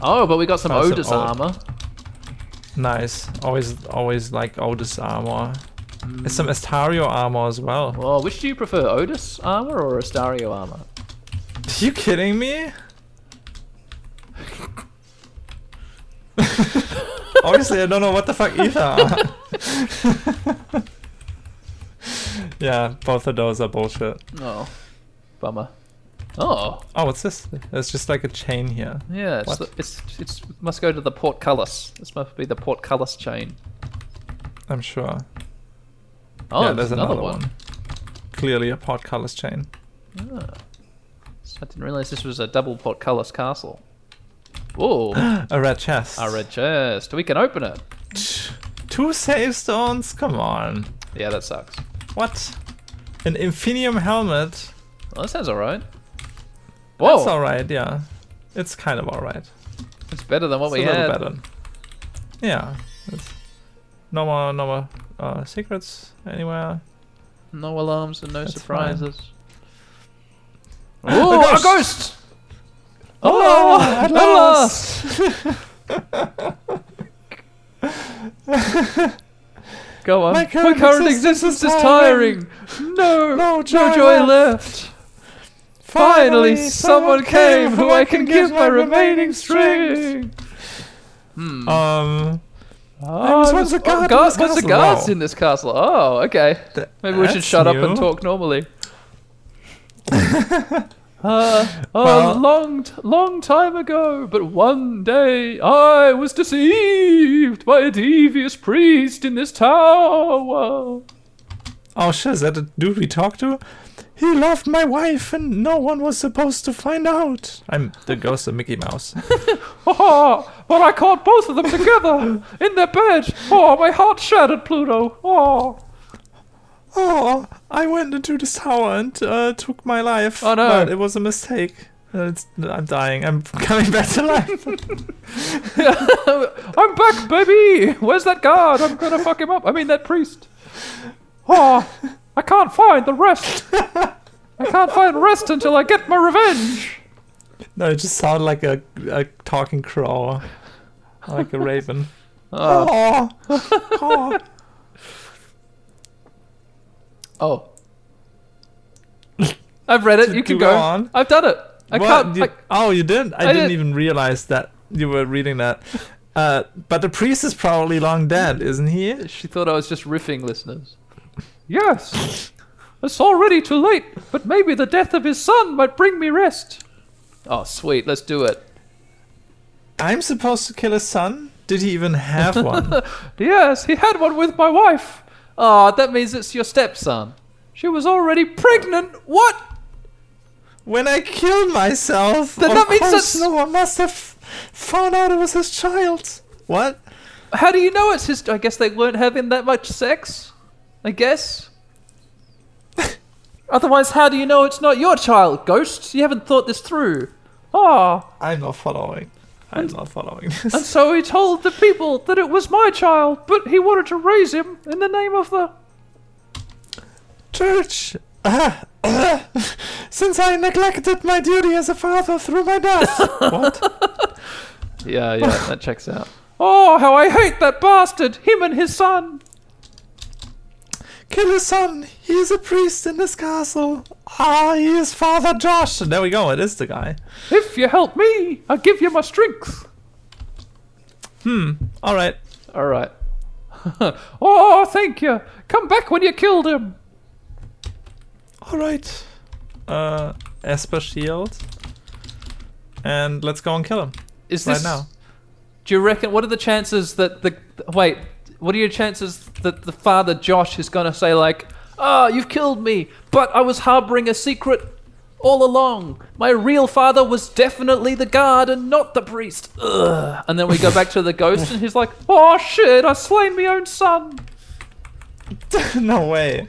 Speaker 3: Oh, but we got some
Speaker 4: Oh, some
Speaker 3: Otis
Speaker 4: old-
Speaker 3: armor.
Speaker 4: Nice. Always, always like Otis armor. There's some Astario armor as well.
Speaker 3: Hmm. Well, which do you prefer, Otis armor or Astario armor?
Speaker 4: Are you kidding me? Obviously, I don't know what the fuck either. are. yeah, both of those are bullshit.
Speaker 3: Oh, bummer. Oh,
Speaker 4: Oh, what's this? There's just like a chain here.
Speaker 3: Yeah, it's,
Speaker 4: What?
Speaker 3: the, it's it's must go to the portcullis. This must be the portcullis chain.
Speaker 4: I'm sure.
Speaker 3: Oh,
Speaker 4: yeah,
Speaker 3: there's another, one.
Speaker 4: Clearly a portcullis chain.
Speaker 3: Ah. So I didn't realize this was a double portcullis castle. Whoa,
Speaker 4: A red chest.
Speaker 3: a red chest. We can open it.
Speaker 4: Two save stones? Come on.
Speaker 3: Yeah, that sucks.
Speaker 4: What? An Infinium helmet?
Speaker 3: Well, that sounds alright. Whoa,
Speaker 4: That's alright, yeah. It's kind of alright.
Speaker 3: it's better than what
Speaker 4: It's
Speaker 3: Oh, we
Speaker 4: a little
Speaker 3: had.
Speaker 4: better. Yeah. It's no more, no more uh, secrets anywhere.
Speaker 3: No alarms and no
Speaker 4: That's fine.
Speaker 3: surprises. Oh, a ghost!
Speaker 4: ghost! Oh, at
Speaker 3: Go on.
Speaker 4: My current existence is tiring.
Speaker 3: No,
Speaker 4: No
Speaker 3: no
Speaker 4: joy
Speaker 3: joy left. Finally, someone came who I can give my remaining string. Hmm. Oh,
Speaker 4: Um,
Speaker 3: I
Speaker 4: was once a guard in
Speaker 3: what's
Speaker 4: this
Speaker 3: the
Speaker 4: castle.
Speaker 3: guards
Speaker 4: Wow.
Speaker 3: in this castle? Oh, okay.
Speaker 4: th-
Speaker 3: Maybe we should
Speaker 4: that's
Speaker 3: shut up and
Speaker 4: new.
Speaker 3: talk normally. uh, a
Speaker 4: Well-
Speaker 3: long, t- long time ago, but one day I was deceived by a devious priest in this tower.
Speaker 4: Oh, shit, is that the dude we talked to? He loved my wife, and no one was supposed to find out. I'm the ghost of Mickey Mouse.
Speaker 3: Oh, well, I caught both of them together in their bed. Oh, my heart shattered, Pluto. Oh,
Speaker 4: oh, I went into this tower and uh, took my life.
Speaker 3: Oh, no.
Speaker 4: But it was a mistake. Uh, It's, I'm dying. I'm coming back to life.
Speaker 3: I'm back, baby. Where's that guard? I'm gonna fuck him up. I mean, that priest. Oh, I can't find the rest. I can't find rest until I get my revenge.
Speaker 4: no, it just sounded like a, a talking crow, like a raven.
Speaker 3: Uh,
Speaker 4: Oh, oh.
Speaker 3: oh, I've read it. You can
Speaker 4: To go
Speaker 3: go.
Speaker 4: on.
Speaker 3: I've done it. I
Speaker 4: What?
Speaker 3: can't.
Speaker 4: You-
Speaker 3: I,
Speaker 4: oh, you didn't? I,
Speaker 3: I
Speaker 4: didn't
Speaker 3: did-
Speaker 4: even realize that you were reading that. Uh, but the priest is probably long dead, isn't he?
Speaker 3: She thought I was just riffing, listeners. Yes, it's already too late, but maybe the death of his son might bring me rest. Oh, sweet, let's do it.
Speaker 4: I'm supposed to kill his son? Did he even have one?
Speaker 3: Yes, he had one with my wife. Ah, that means it's your stepson. She was already pregnant. What?
Speaker 4: when I killed myself,
Speaker 3: Then
Speaker 4: of
Speaker 3: that means
Speaker 4: course
Speaker 3: that's-
Speaker 4: no one must have found out it was his child. What?
Speaker 3: How do you know it's his? I guess they weren't having that much sex. I guess. Otherwise, how do you know it's not your child, Ghost? You haven't thought this through. Ah.
Speaker 4: I'm not following. I'm not following this.
Speaker 3: And so he told the people that it was my child, but he wanted to raise him in the name of the.
Speaker 4: Church! Ah, ah. since I neglected my duty as a father through my death. what?
Speaker 3: Yeah, yeah, that checks out. Oh, how I hate that bastard! Him and his son!
Speaker 4: Kill his son. He is a priest in this castle. Ah, he is Father Josh. There we go. It is the guy.
Speaker 3: If you help me, I'll give you my strength!
Speaker 4: All right.
Speaker 3: Alright. oh, thank you! Come back when you killed him!
Speaker 4: All right. Uh, Esper shield. And let's go and kill him
Speaker 3: Is
Speaker 4: right
Speaker 3: this.
Speaker 4: now.
Speaker 3: Do you reckon. What are the chances that the. Wait, what are your chances that the father Josh is gonna say, like, Ah, you've killed me, but I was harboring a secret all along. My real father was definitely the guard and not the priest. Ugh. And then we go back to the ghost, and he's like, Oh shit, I slain my own son.
Speaker 4: no way.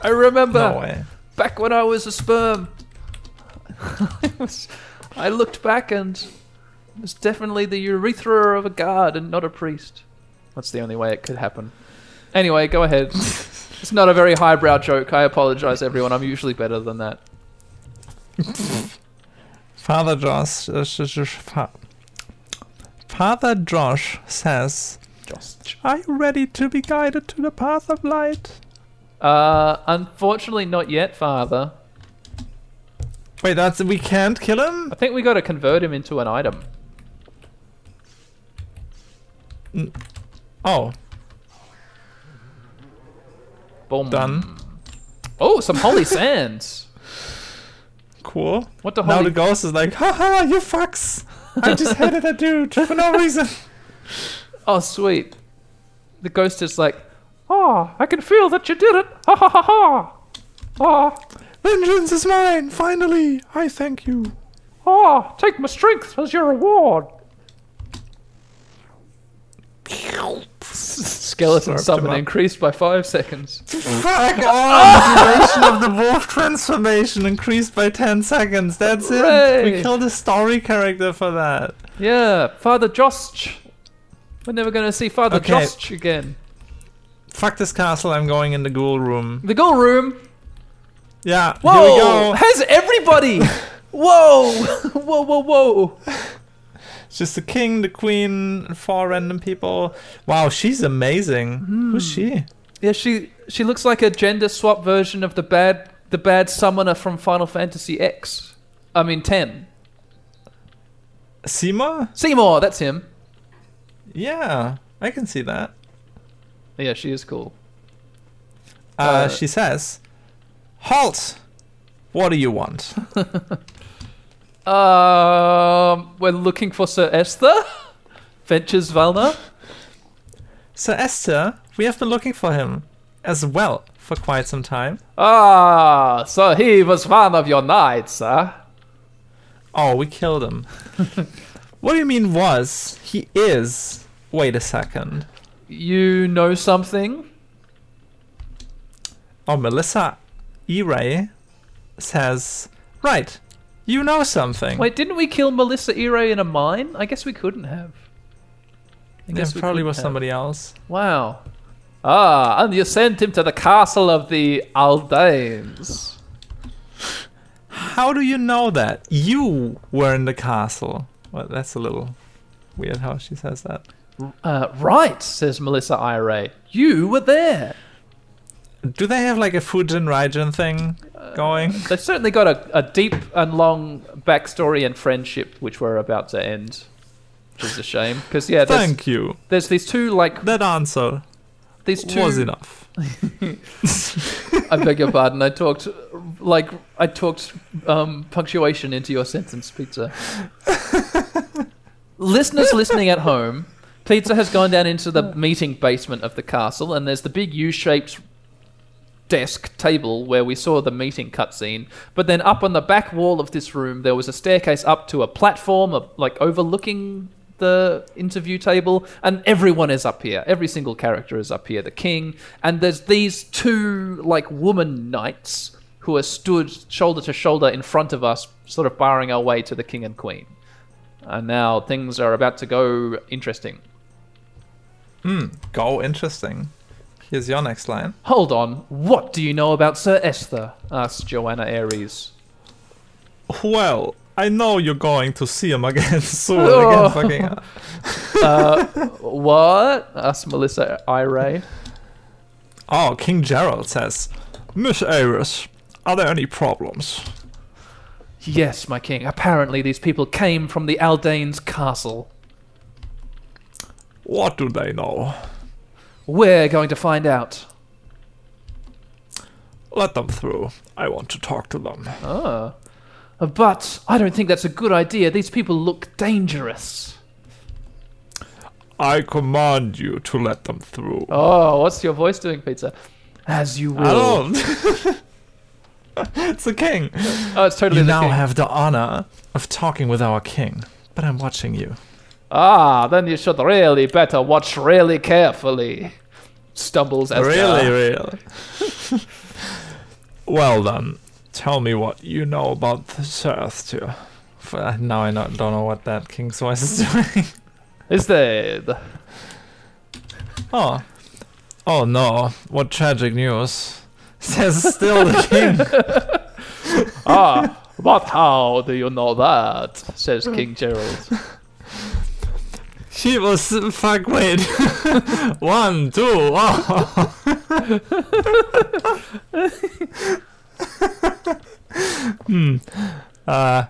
Speaker 3: I remember
Speaker 4: No way.
Speaker 3: back when I was a sperm. I, was, I looked back and it was definitely the urethra of a guard and not a priest. That's the only way it could happen. Anyway, go ahead. it's not a very highbrow joke. I apologize, everyone. I'm usually better than that.
Speaker 4: Father Josh. uh, sh- sh- sh- fa- Father Josh says,
Speaker 3: Just.
Speaker 4: "Are you ready to be guided to the path of light?"
Speaker 3: Uh, unfortunately, not yet, Father.
Speaker 4: Wait, that's we can't kill him.
Speaker 3: I think we got to convert him into an item.
Speaker 4: Oh,
Speaker 3: Boom.
Speaker 4: done.
Speaker 3: Oh, some holy sands.
Speaker 4: Cool.
Speaker 3: What the
Speaker 4: Now
Speaker 3: holy?
Speaker 4: the ghost is like, haha, you fucks! I just hated that dude for no reason.
Speaker 3: Oh, sweet. The ghost is like, Oh, I can feel that you did it. Ha ha ha ha. Oh,
Speaker 4: Vengeance is mine, finally! I thank you.
Speaker 3: oh, take my strength as your reward. Skeleton
Speaker 4: Slurped him
Speaker 3: summon
Speaker 4: up.
Speaker 3: increased by five seconds.
Speaker 4: Fuck off! the duration of the wolf transformation increased by 10 seconds. That's it. We
Speaker 3: Hooray.
Speaker 4: killed a story character for that.
Speaker 3: Yeah, Father Jost. We're never going to see Father
Speaker 4: Okay.
Speaker 3: Jost again.
Speaker 4: Fuck this castle, I'm going in the ghoul room.
Speaker 3: The goal room.
Speaker 4: Yeah,
Speaker 3: Whoa!
Speaker 4: here we go.
Speaker 3: Has everybody? whoa! whoa! Whoa! Whoa!
Speaker 4: It's just the king, the queen, and four random people. Wow, she's amazing.
Speaker 3: Hmm.
Speaker 4: Who's she?
Speaker 3: Yeah, she she looks like a gender swap version of the bad the bad summoner from Final Fantasy X. I mean ten.
Speaker 4: Seymour?
Speaker 3: Seymour, that's him.
Speaker 4: Yeah, I can see that.
Speaker 3: Yeah, she is cool.
Speaker 4: Uh,
Speaker 3: Uh,
Speaker 4: she says, "Halt! What do you want?"
Speaker 3: Um, we're looking for Sir Esther. Ventures Valna.
Speaker 4: Sir Esther, we have been looking for him as well for quite some time.
Speaker 3: Ah, so he was one of your knights, huh?
Speaker 4: Oh, we killed him. what do you mean was? He is. Wait a second.
Speaker 3: You know something?
Speaker 4: Oh, Melissa Ere says, right, you know something.
Speaker 3: Wait, didn't we kill Melissa Ere in a mine? I guess we couldn't have. I
Speaker 4: there
Speaker 3: guess we
Speaker 4: probably
Speaker 3: couldn't
Speaker 4: was
Speaker 3: have.
Speaker 4: somebody else.
Speaker 3: Wow. Ah, and you sent him to the castle of the Aldanes.
Speaker 4: How do you know that? You were in the castle. Well, that's a little weird how she says that.
Speaker 3: Uh, right, says Melissa Ire. You were there.
Speaker 4: Do they have like a Fujin Raijin thing
Speaker 3: Uh,
Speaker 4: going?
Speaker 3: They've certainly got a, a deep and long backstory and friendship, which we're about to end, which is a shame. Because yeah, there's,
Speaker 4: Thank you.
Speaker 3: there's these two like
Speaker 4: That answer
Speaker 3: these two.
Speaker 4: was enough.
Speaker 3: I beg your pardon. I talked like I talked um, punctuation into your sentence, Pizza. Listeners listening at home, Pizza has gone down into the meeting basement of the castle, and there's the big U-shaped desk table where we saw the meeting cutscene. But then up on the back wall of this room, there was a staircase up to a platform, of, like overlooking the interview table, and everyone is up here. Every single character is up here. The king, and there's these two like woman knights who are stood shoulder to shoulder in front of us, sort of barring our way to the king and queen. And now things are about to go interesting.
Speaker 4: Go interesting. Here's your next line.
Speaker 3: Hold on, what do you know about Sir Esther? asked Joanna Ares.
Speaker 4: Well, I know you're going to see him again soon.
Speaker 3: Oh.
Speaker 4: Again, fucking.
Speaker 3: What? Asked Melissa Ire.
Speaker 4: Oh, King Gerald says, Miss Aris, are there any problems?
Speaker 3: yes, my king. Apparently, these people came from the Aldane's castle.
Speaker 4: What do they know?
Speaker 3: We're going to find out.
Speaker 4: Let them through. I want to talk to them.
Speaker 3: Ah. But I don't think that's a good idea. These people look dangerous.
Speaker 4: I command you to let them through.
Speaker 3: Oh, what's your voice doing, Pizza? As you will.
Speaker 4: I don't. it's the king.
Speaker 3: Oh, it's totally
Speaker 4: You
Speaker 3: the
Speaker 4: now
Speaker 3: king.
Speaker 4: have the honor of talking with our king, but I'm watching you.
Speaker 3: Ah, then you should really better watch really carefully. Stumbles as
Speaker 4: really, really. well then, tell me what you know about the South too. F- uh, Now I not, don't know what that king's voice is doing.
Speaker 3: Is there? the-
Speaker 4: oh, oh no! What tragic news! Says still the king.
Speaker 3: Ah, but how do you know that? Says King Gerald.
Speaker 4: She was fuck. Wait, one, two. Oh. hmm. Uh.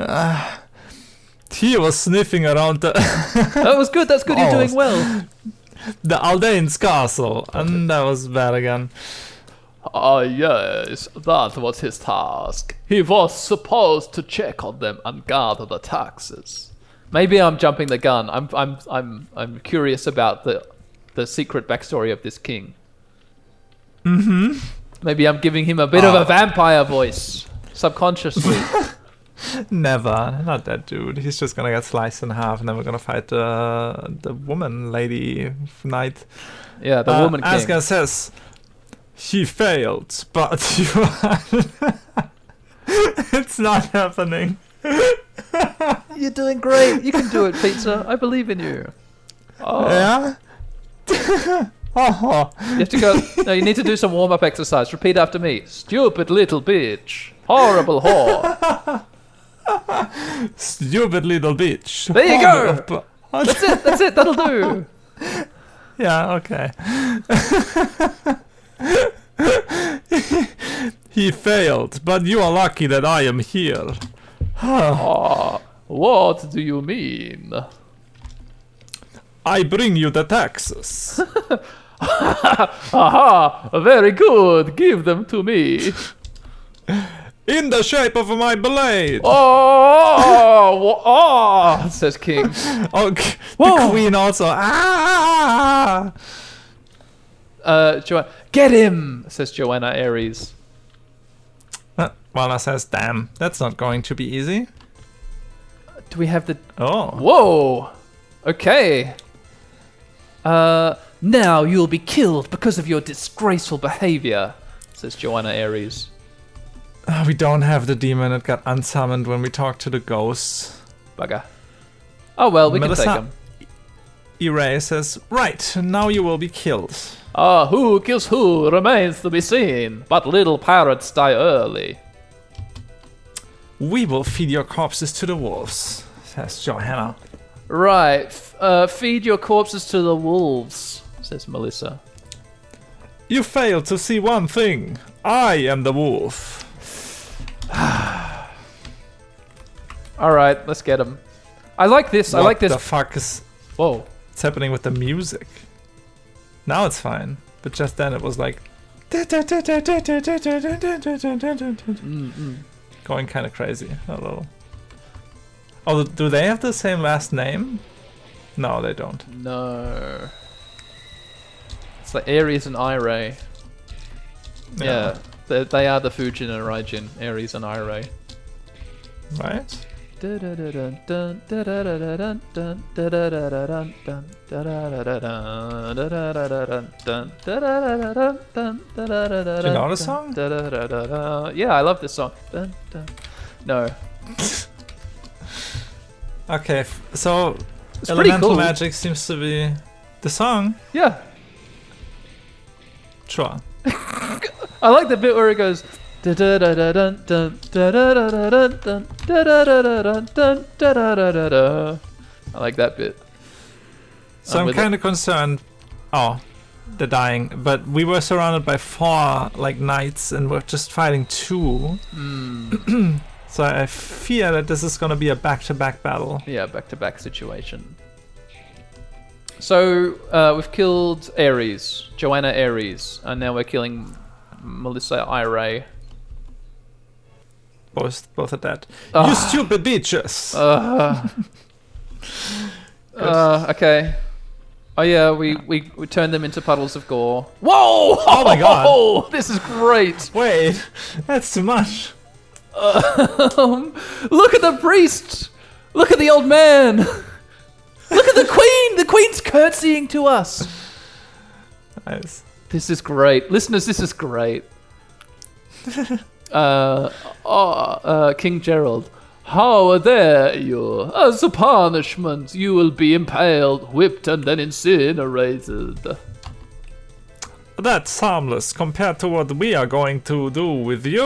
Speaker 4: uh, he was sniffing around the.
Speaker 3: That was good. That's good. You're doing
Speaker 4: Almost.
Speaker 3: well.
Speaker 4: the Aldane's castle, and that was bad again.
Speaker 3: Ah, yes, that was his task. He was supposed to check on them and gather the taxes. Maybe I'm jumping the gun. I'm, I'm, I'm, I'm curious about the, the secret backstory of this king. Mm-hmm. Maybe I'm giving him a bit of
Speaker 4: Ah.
Speaker 3: a vampire voice subconsciously.
Speaker 4: Never, not that dude. He's just gonna get sliced in half, and then we're gonna fight the the woman, lady knight.
Speaker 3: yeah, the
Speaker 4: Uh,
Speaker 3: woman king.
Speaker 4: Asgard says she failed, but you are. it's not happening.
Speaker 3: You're doing great. You can do it, Pizza. I believe in you. Oh.
Speaker 4: Yeah. oh,
Speaker 3: You have to go. no, you need to do some warm up exercise. Repeat after me. Stupid little bitch. Horrible whore.
Speaker 4: stupid little bitch.
Speaker 3: There you
Speaker 4: go.
Speaker 3: That's it. That's it. That'll do.
Speaker 4: Yeah, okay. he failed, but you are lucky that I am here.
Speaker 3: Ah, what do you mean?
Speaker 4: I bring you the taxes.
Speaker 3: Aha! Very good. Give them to me.
Speaker 4: In the shape of my blade!
Speaker 3: Oh, wha- oh says King.
Speaker 4: Oh, c- the
Speaker 3: Whoa.
Speaker 4: queen also. Ah!
Speaker 3: uh, Joanna, get him, says Joanna Aries.
Speaker 4: Uh, Walla says, damn, that's not going to be easy.
Speaker 3: Do we have the.
Speaker 4: Oh.
Speaker 3: Whoa! Okay. Uh, now you'll be killed because of your disgraceful behavior, says Joanna Aries.
Speaker 4: Uh, we don't have the demon. It got unsummoned when we talked to the ghosts.
Speaker 3: Bugger. Oh well, we
Speaker 4: Melissa-
Speaker 3: can take him.
Speaker 4: Iray says, right, now you will be killed.
Speaker 3: Ah, who kills who remains to be seen, but little parrots die early.
Speaker 4: We will feed your corpses to the wolves, says Johanna.
Speaker 3: Right, f- uh, feed your corpses to the wolves, says Melissa.
Speaker 4: You fail to see one thing. I am the wolf.
Speaker 3: Alright, let's get him. I like this, I
Speaker 4: What
Speaker 3: like this.
Speaker 4: the fuck is
Speaker 3: Whoa.
Speaker 4: what's happening with the music? Now it's fine, but just then it was like going kind of crazy a little. Oh, do they have the same last name? No, they don't.
Speaker 3: No. It's like Aries and Iray. Yeah. They, they are the Fujin and Raijin, Aries and Iray.
Speaker 4: Right?
Speaker 3: Do
Speaker 4: you know the song?
Speaker 3: Yeah, I love this song. Dun, dun. No.
Speaker 4: Okay, f- so
Speaker 3: It's pretty
Speaker 4: elemental
Speaker 3: cool.
Speaker 4: magic seems to be the song.
Speaker 3: Yeah.
Speaker 4: Sure.
Speaker 3: I like the bit where it goes. dun, dun, dun, dun, dun, dun, dun, dun. I like that bit.
Speaker 4: So
Speaker 3: I'm
Speaker 4: I'm
Speaker 3: with it.
Speaker 4: kind of concerned. Oh, they're dying. But we were surrounded by four like knights, and we're just fighting two.
Speaker 3: Hmm.
Speaker 4: so I fear that this is gonna be a back-to-back battle.
Speaker 3: Yeah, back to back situation. So uh, we've killed Ares, Joanna Ares, and now we're killing Melissa Iray.
Speaker 4: Both, both are dead. You
Speaker 3: Ah.
Speaker 4: stupid bitches!
Speaker 3: Uh, uh, okay. Oh yeah, we, we we turned them into puddles of gore. Whoa! Oh
Speaker 4: my God.
Speaker 3: This is great.
Speaker 4: Wait, that's too much.
Speaker 3: Um, look at the priest. Look at the old man. Look at the queen. The queen's curtsying to us.
Speaker 4: Nice.
Speaker 3: This is great, listeners. This is great. uh, oh, uh, King Gerald, how dare you? As a punishment, you will be impaled, whipped, and then incinerated.
Speaker 4: That's harmless compared to what we are going to do with you.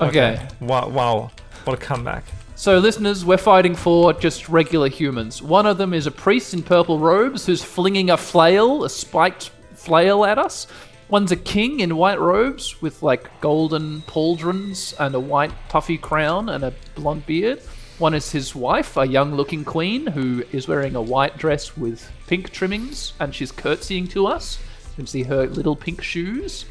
Speaker 3: Okay.
Speaker 4: Wow, wow. What a comeback.
Speaker 3: So, listeners, we're fighting for just regular humans. One of them is a priest in purple robes who's flinging a flail, a spiked flail at us. One's a king in white robes with like golden pauldrons and a white puffy crown and a blonde beard. One is his wife, a young looking queen who is wearing a white dress with pink trimmings and she's curtsying to us. You can see her little pink shoes.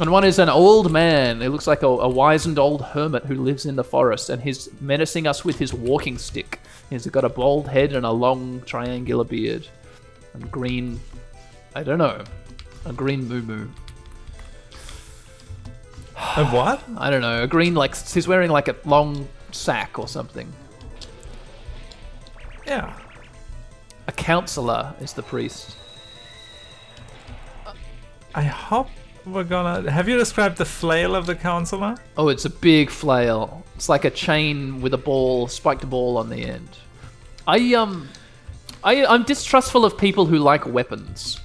Speaker 3: And one is an old man. It looks like a, a wizened old hermit who lives in the forest, and he's menacing us with his walking stick. He's got a bald head and a long triangular beard, and green. I don't know, a green moo moo.
Speaker 4: A Uh, what?
Speaker 3: I don't know, a green like he's wearing like a long sack or something.
Speaker 4: Yeah.
Speaker 3: A counselor is the priest.
Speaker 4: I hope we're gonna. Have you described the flail of the counselor?
Speaker 3: Oh, it's a big flail. It's like a chain with a ball, spiked ball on the end. I um, I I'm distrustful of people who like weapons.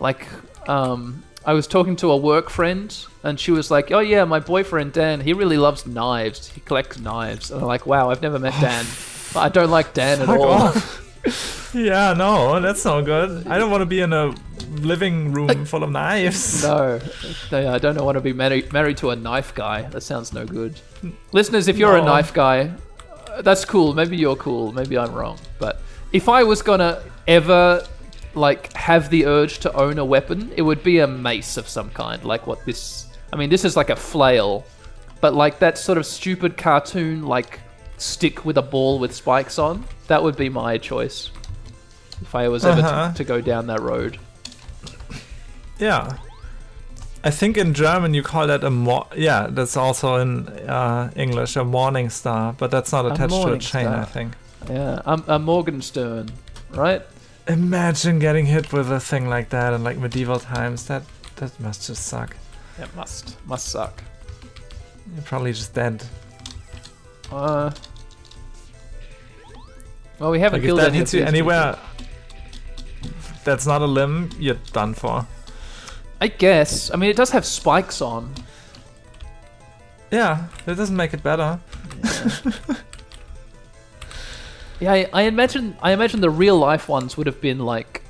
Speaker 3: Like um, I was talking to a work friend, and she was like, "Oh yeah, my boyfriend Dan, he really loves knives. He collects knives." And I'm like, "Wow, I've never met Dan, but I don't like Dan at
Speaker 4: Fuck
Speaker 3: all."
Speaker 4: off. yeah, no, that's no good. I don't want to be in a living room full of knives.
Speaker 3: Uh, No, no, I don't want to be married married to a knife guy. That sounds no good. Listeners, if you're a
Speaker 4: No.
Speaker 3: knife guy, uh, that's cool. Maybe you're cool. Maybe I'm wrong. But if I was gonna ever like have the urge to own a weapon, it would be a mace of some kind, like what this. I mean, this is like a flail, but like that sort of stupid cartoon like stick with a ball with spikes on. That would be my choice if I was ever to-
Speaker 4: Uh-huh.
Speaker 3: to go down that road.
Speaker 4: Yeah. I think in German you call that a mor. Yeah, that's also in uh, English a morning star, but that's not attached to a
Speaker 3: morning
Speaker 4: chain.
Speaker 3: star.
Speaker 4: I think.
Speaker 3: Yeah, I'm a Morgenstern, right?
Speaker 4: Imagine getting hit with a thing like that in like medieval times. That that must just suck.
Speaker 3: It must must suck.
Speaker 4: You're probably just dead.
Speaker 3: Uh. Well, we haven't
Speaker 4: Like if
Speaker 3: killed
Speaker 4: that
Speaker 3: any
Speaker 4: hits
Speaker 3: of
Speaker 4: you
Speaker 3: these people.
Speaker 4: anywhere, that's not a limb. You're done for.
Speaker 3: I guess. I mean, it does have spikes on.
Speaker 4: Yeah, that doesn't make it better.
Speaker 3: Yeah, I, I imagine. I imagine the real life ones would have been like.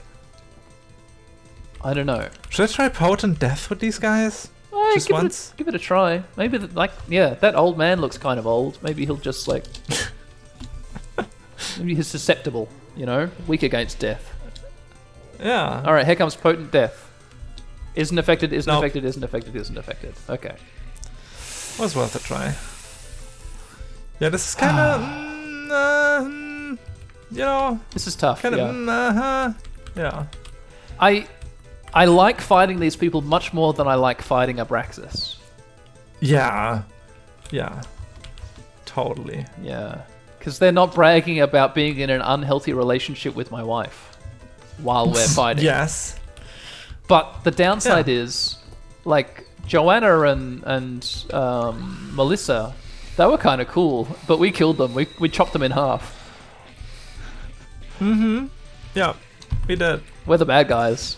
Speaker 3: I don't know.
Speaker 4: Should I try potent death with these guys?
Speaker 3: Eh,
Speaker 4: Just
Speaker 3: give
Speaker 4: once?
Speaker 3: It a, give it a try. Maybe that, like, yeah, that old man looks kind of old. Maybe he'll just like. maybe he's susceptible. You know, weak against death.
Speaker 4: Yeah.
Speaker 3: All right, here comes potent death. Isn't affected. Isn't
Speaker 4: Nope.
Speaker 3: affected. Isn't affected. Isn't affected. Okay.
Speaker 4: Was worth a try. Yeah, this is kind
Speaker 3: Ah.
Speaker 4: of, mm, uh, mm, you know,
Speaker 3: This is tough.
Speaker 4: kind of,
Speaker 3: yeah.
Speaker 4: mm, uh-huh. yeah.
Speaker 3: I I like fighting these people much more than I like fighting Abraxas.
Speaker 4: yeah, yeah, totally.
Speaker 3: Yeah. Because they're not bragging about being in an unhealthy relationship with my wife while we're fighting.
Speaker 4: Yes,
Speaker 3: But the downside is, like, Joanna and, and um, Melissa, they were kind of cool, but we killed them. We, we chopped them in half.
Speaker 4: Mm-hmm. yeah, we did.
Speaker 3: We're the bad guys.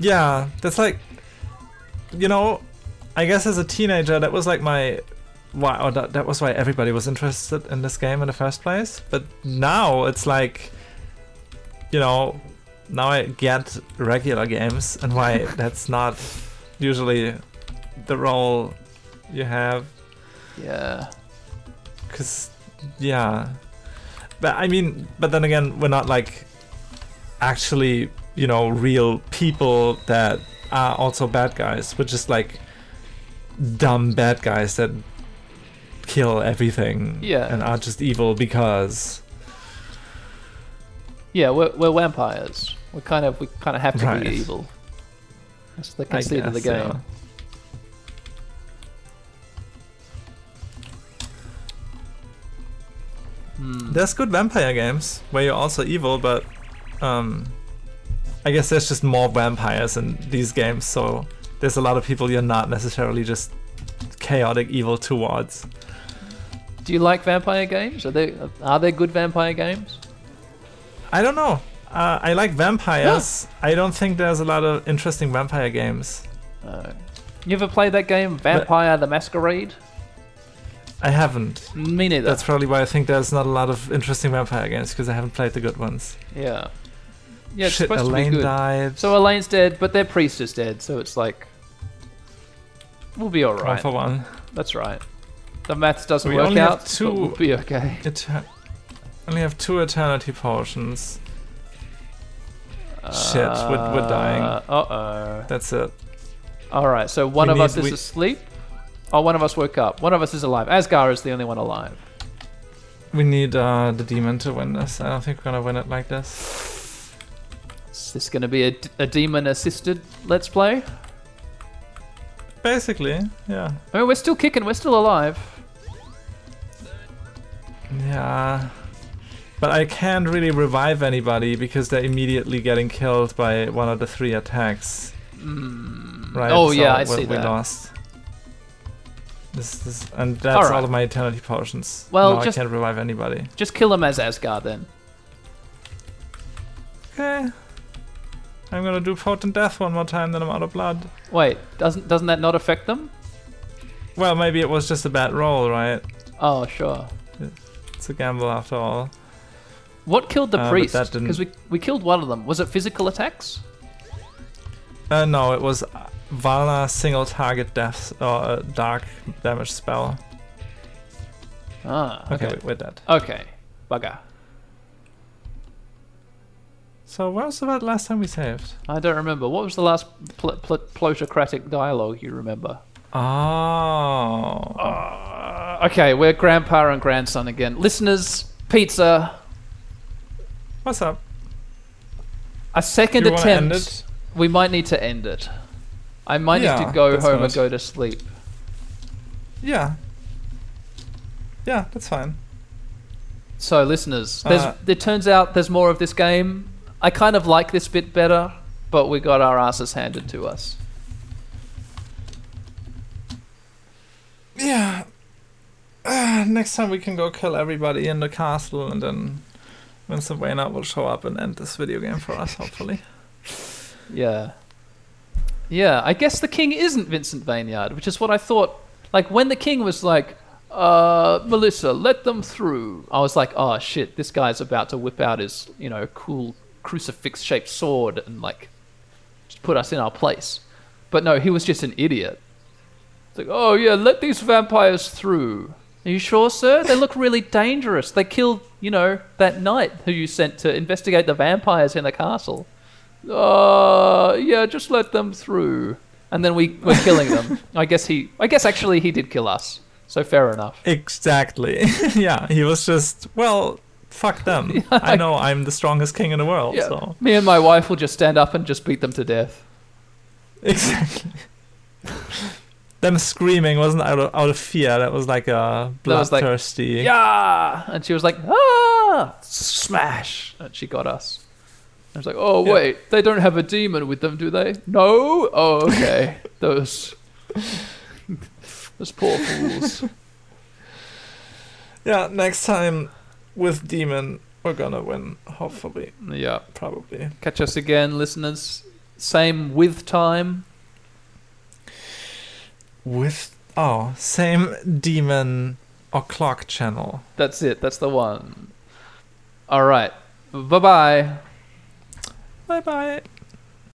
Speaker 4: Yeah, that's like, you know, I guess as a teenager, that was like my, why, or that, that was why everybody was interested in this game in the first place. But now it's like, you know, now I get regular games and why that's not usually the role you have.
Speaker 3: Yeah.
Speaker 4: Cause, yeah, but I mean, but then again, we're not like actually, you know, real people that are also bad guys. We're just like dumb bad guys that kill everything
Speaker 3: Yeah.
Speaker 4: and are just evil because
Speaker 3: Yeah, we're, we're vampires. We kind of we kind of have to
Speaker 4: Right.
Speaker 3: be evil. That's the
Speaker 4: I
Speaker 3: conceit of the
Speaker 4: guess,
Speaker 3: game.
Speaker 4: yeah. There's good vampire games where you're also evil, but um, I guess there's just more vampires in these games, so there's a lot of people you're not necessarily just chaotic evil towards.
Speaker 3: Do you like vampire games? Are there are there good vampire games?
Speaker 4: I don't know. Uh, I like vampires. I don't think there's a lot of interesting vampire games.
Speaker 3: No. You ever played that game Vampire the Masquerade?
Speaker 4: I haven't.
Speaker 3: Me neither.
Speaker 4: That's probably why I think there's not a lot of interesting vampire games because I haven't played the good ones.
Speaker 3: yeah. Yeah, it's
Speaker 4: Shit,
Speaker 3: supposed
Speaker 4: Elaine
Speaker 3: to be good.
Speaker 4: died.
Speaker 3: So Elaine's dead, but their priest is dead, so it's like we'll be all
Speaker 4: All
Speaker 3: right.
Speaker 4: for one.
Speaker 3: That's right. The maths doesn't
Speaker 4: We
Speaker 3: work
Speaker 4: only have
Speaker 3: out,
Speaker 4: two-
Speaker 3: but we'll be okay.
Speaker 4: Eter- only have two eternity potions. Shit, we're, we're dying.
Speaker 3: Uh oh.
Speaker 4: That's it.
Speaker 3: All right, so one
Speaker 4: We
Speaker 3: of us
Speaker 4: need-
Speaker 3: is
Speaker 4: we-
Speaker 3: asleep. Oh, one of us woke up. One of us is alive. Asgar is the only one alive.
Speaker 4: We need uh, the demon to win this. I don't think we're gonna win it like this.
Speaker 3: Is this going to be a, a demon-assisted let's play?
Speaker 4: Basically, yeah.
Speaker 3: I mean, Oh, we're still kicking. We're still alive.
Speaker 4: Yeah. But I can't really revive anybody because they're immediately getting killed by one of the three attacks. Right?
Speaker 3: Oh,
Speaker 4: so
Speaker 3: yeah, I
Speaker 4: we-
Speaker 3: see
Speaker 4: we
Speaker 3: that.
Speaker 4: lost. This, this, and that's
Speaker 3: Alright.
Speaker 4: all of my eternity potions.
Speaker 3: Well,
Speaker 4: Now
Speaker 3: just-
Speaker 4: I can't revive anybody.
Speaker 3: Just kill him as Asgard then.
Speaker 4: Okay. I'm gonna do potent death one more time, then I'm out of blood.
Speaker 3: Wait, doesn't doesn't that not affect them?
Speaker 4: Well, maybe it was just a bad roll, right?
Speaker 3: Oh, sure.
Speaker 4: It's a gamble after all.
Speaker 3: What killed the
Speaker 4: Uh, but
Speaker 3: priest?
Speaker 4: that didn't-
Speaker 3: Because we we killed one of them. Was it physical attacks?
Speaker 4: Uh, no, it was uh, Valna single target death or uh, dark damage spell.
Speaker 3: Ah,
Speaker 4: Okay,
Speaker 3: okay.
Speaker 4: wait, we're dead.
Speaker 3: Okay, bugger.
Speaker 4: So where was that last time we saved?
Speaker 3: I don't remember. What was the last pl- pl- plutocratic dialogue you remember?
Speaker 4: Oh,
Speaker 3: Uh, okay, we're grandpa and grandson again. Listeners, pizza.
Speaker 4: what's up?
Speaker 3: A second
Speaker 4: you wanna
Speaker 3: attempt.
Speaker 4: End it?
Speaker 3: we might need to end it. I might need
Speaker 4: Yeah,
Speaker 3: to go
Speaker 4: that's
Speaker 3: home
Speaker 4: not-
Speaker 3: and go to sleep.
Speaker 4: Yeah. Yeah, that's fine.
Speaker 3: So, listeners, there's,
Speaker 4: Uh,
Speaker 3: it turns out there's more of this game. I kind of like this bit better, but we got our asses handed to us.
Speaker 4: Yeah. Uh, next time we can go kill everybody in the castle, and then Vincent Waynard will show up and end this video game for us, hopefully.
Speaker 3: Yeah. Yeah, I guess the king isn't Vincent Vineyard, which is what I thought. Like, when the king was like, uh, Melissa, let them through, I was like, oh shit, this guy's about to whip out his, you know, cool crucifix shaped sword and, like, just put us in our place. But no, he was just an idiot. It's like, oh yeah, let these vampires through. Are you sure, sir? They look really dangerous. They killed, you know, that knight who you sent to investigate the vampires in the castle. Uh, yeah, just let them through. And then we we're killing them. I guess he. I guess actually he did kill us. So fair enough.
Speaker 4: Exactly. yeah, he was just, well, fuck them. I know I'm the strongest king in the world,
Speaker 3: Yeah.
Speaker 4: so.
Speaker 3: Me and my wife will just stand up and just beat them to death.
Speaker 4: Exactly. them screaming wasn't out of, out of fear, that was like a
Speaker 3: That was like,
Speaker 4: bloodthirsty.
Speaker 3: Yeah. And she was like, ah, smash. And she got us. I was like, oh,
Speaker 4: Yeah.
Speaker 3: wait, they don't have a demon with them, do they? No? Oh, okay. those, those poor fools.
Speaker 4: yeah, next time with Demon, we're gonna win, hopefully.
Speaker 3: yeah.
Speaker 4: Probably.
Speaker 3: Catch us again, listeners. Same with time.
Speaker 4: With oh, same demon or clock channel.
Speaker 3: That's it. That's the one. All right. Bye bye.
Speaker 4: Bye bye.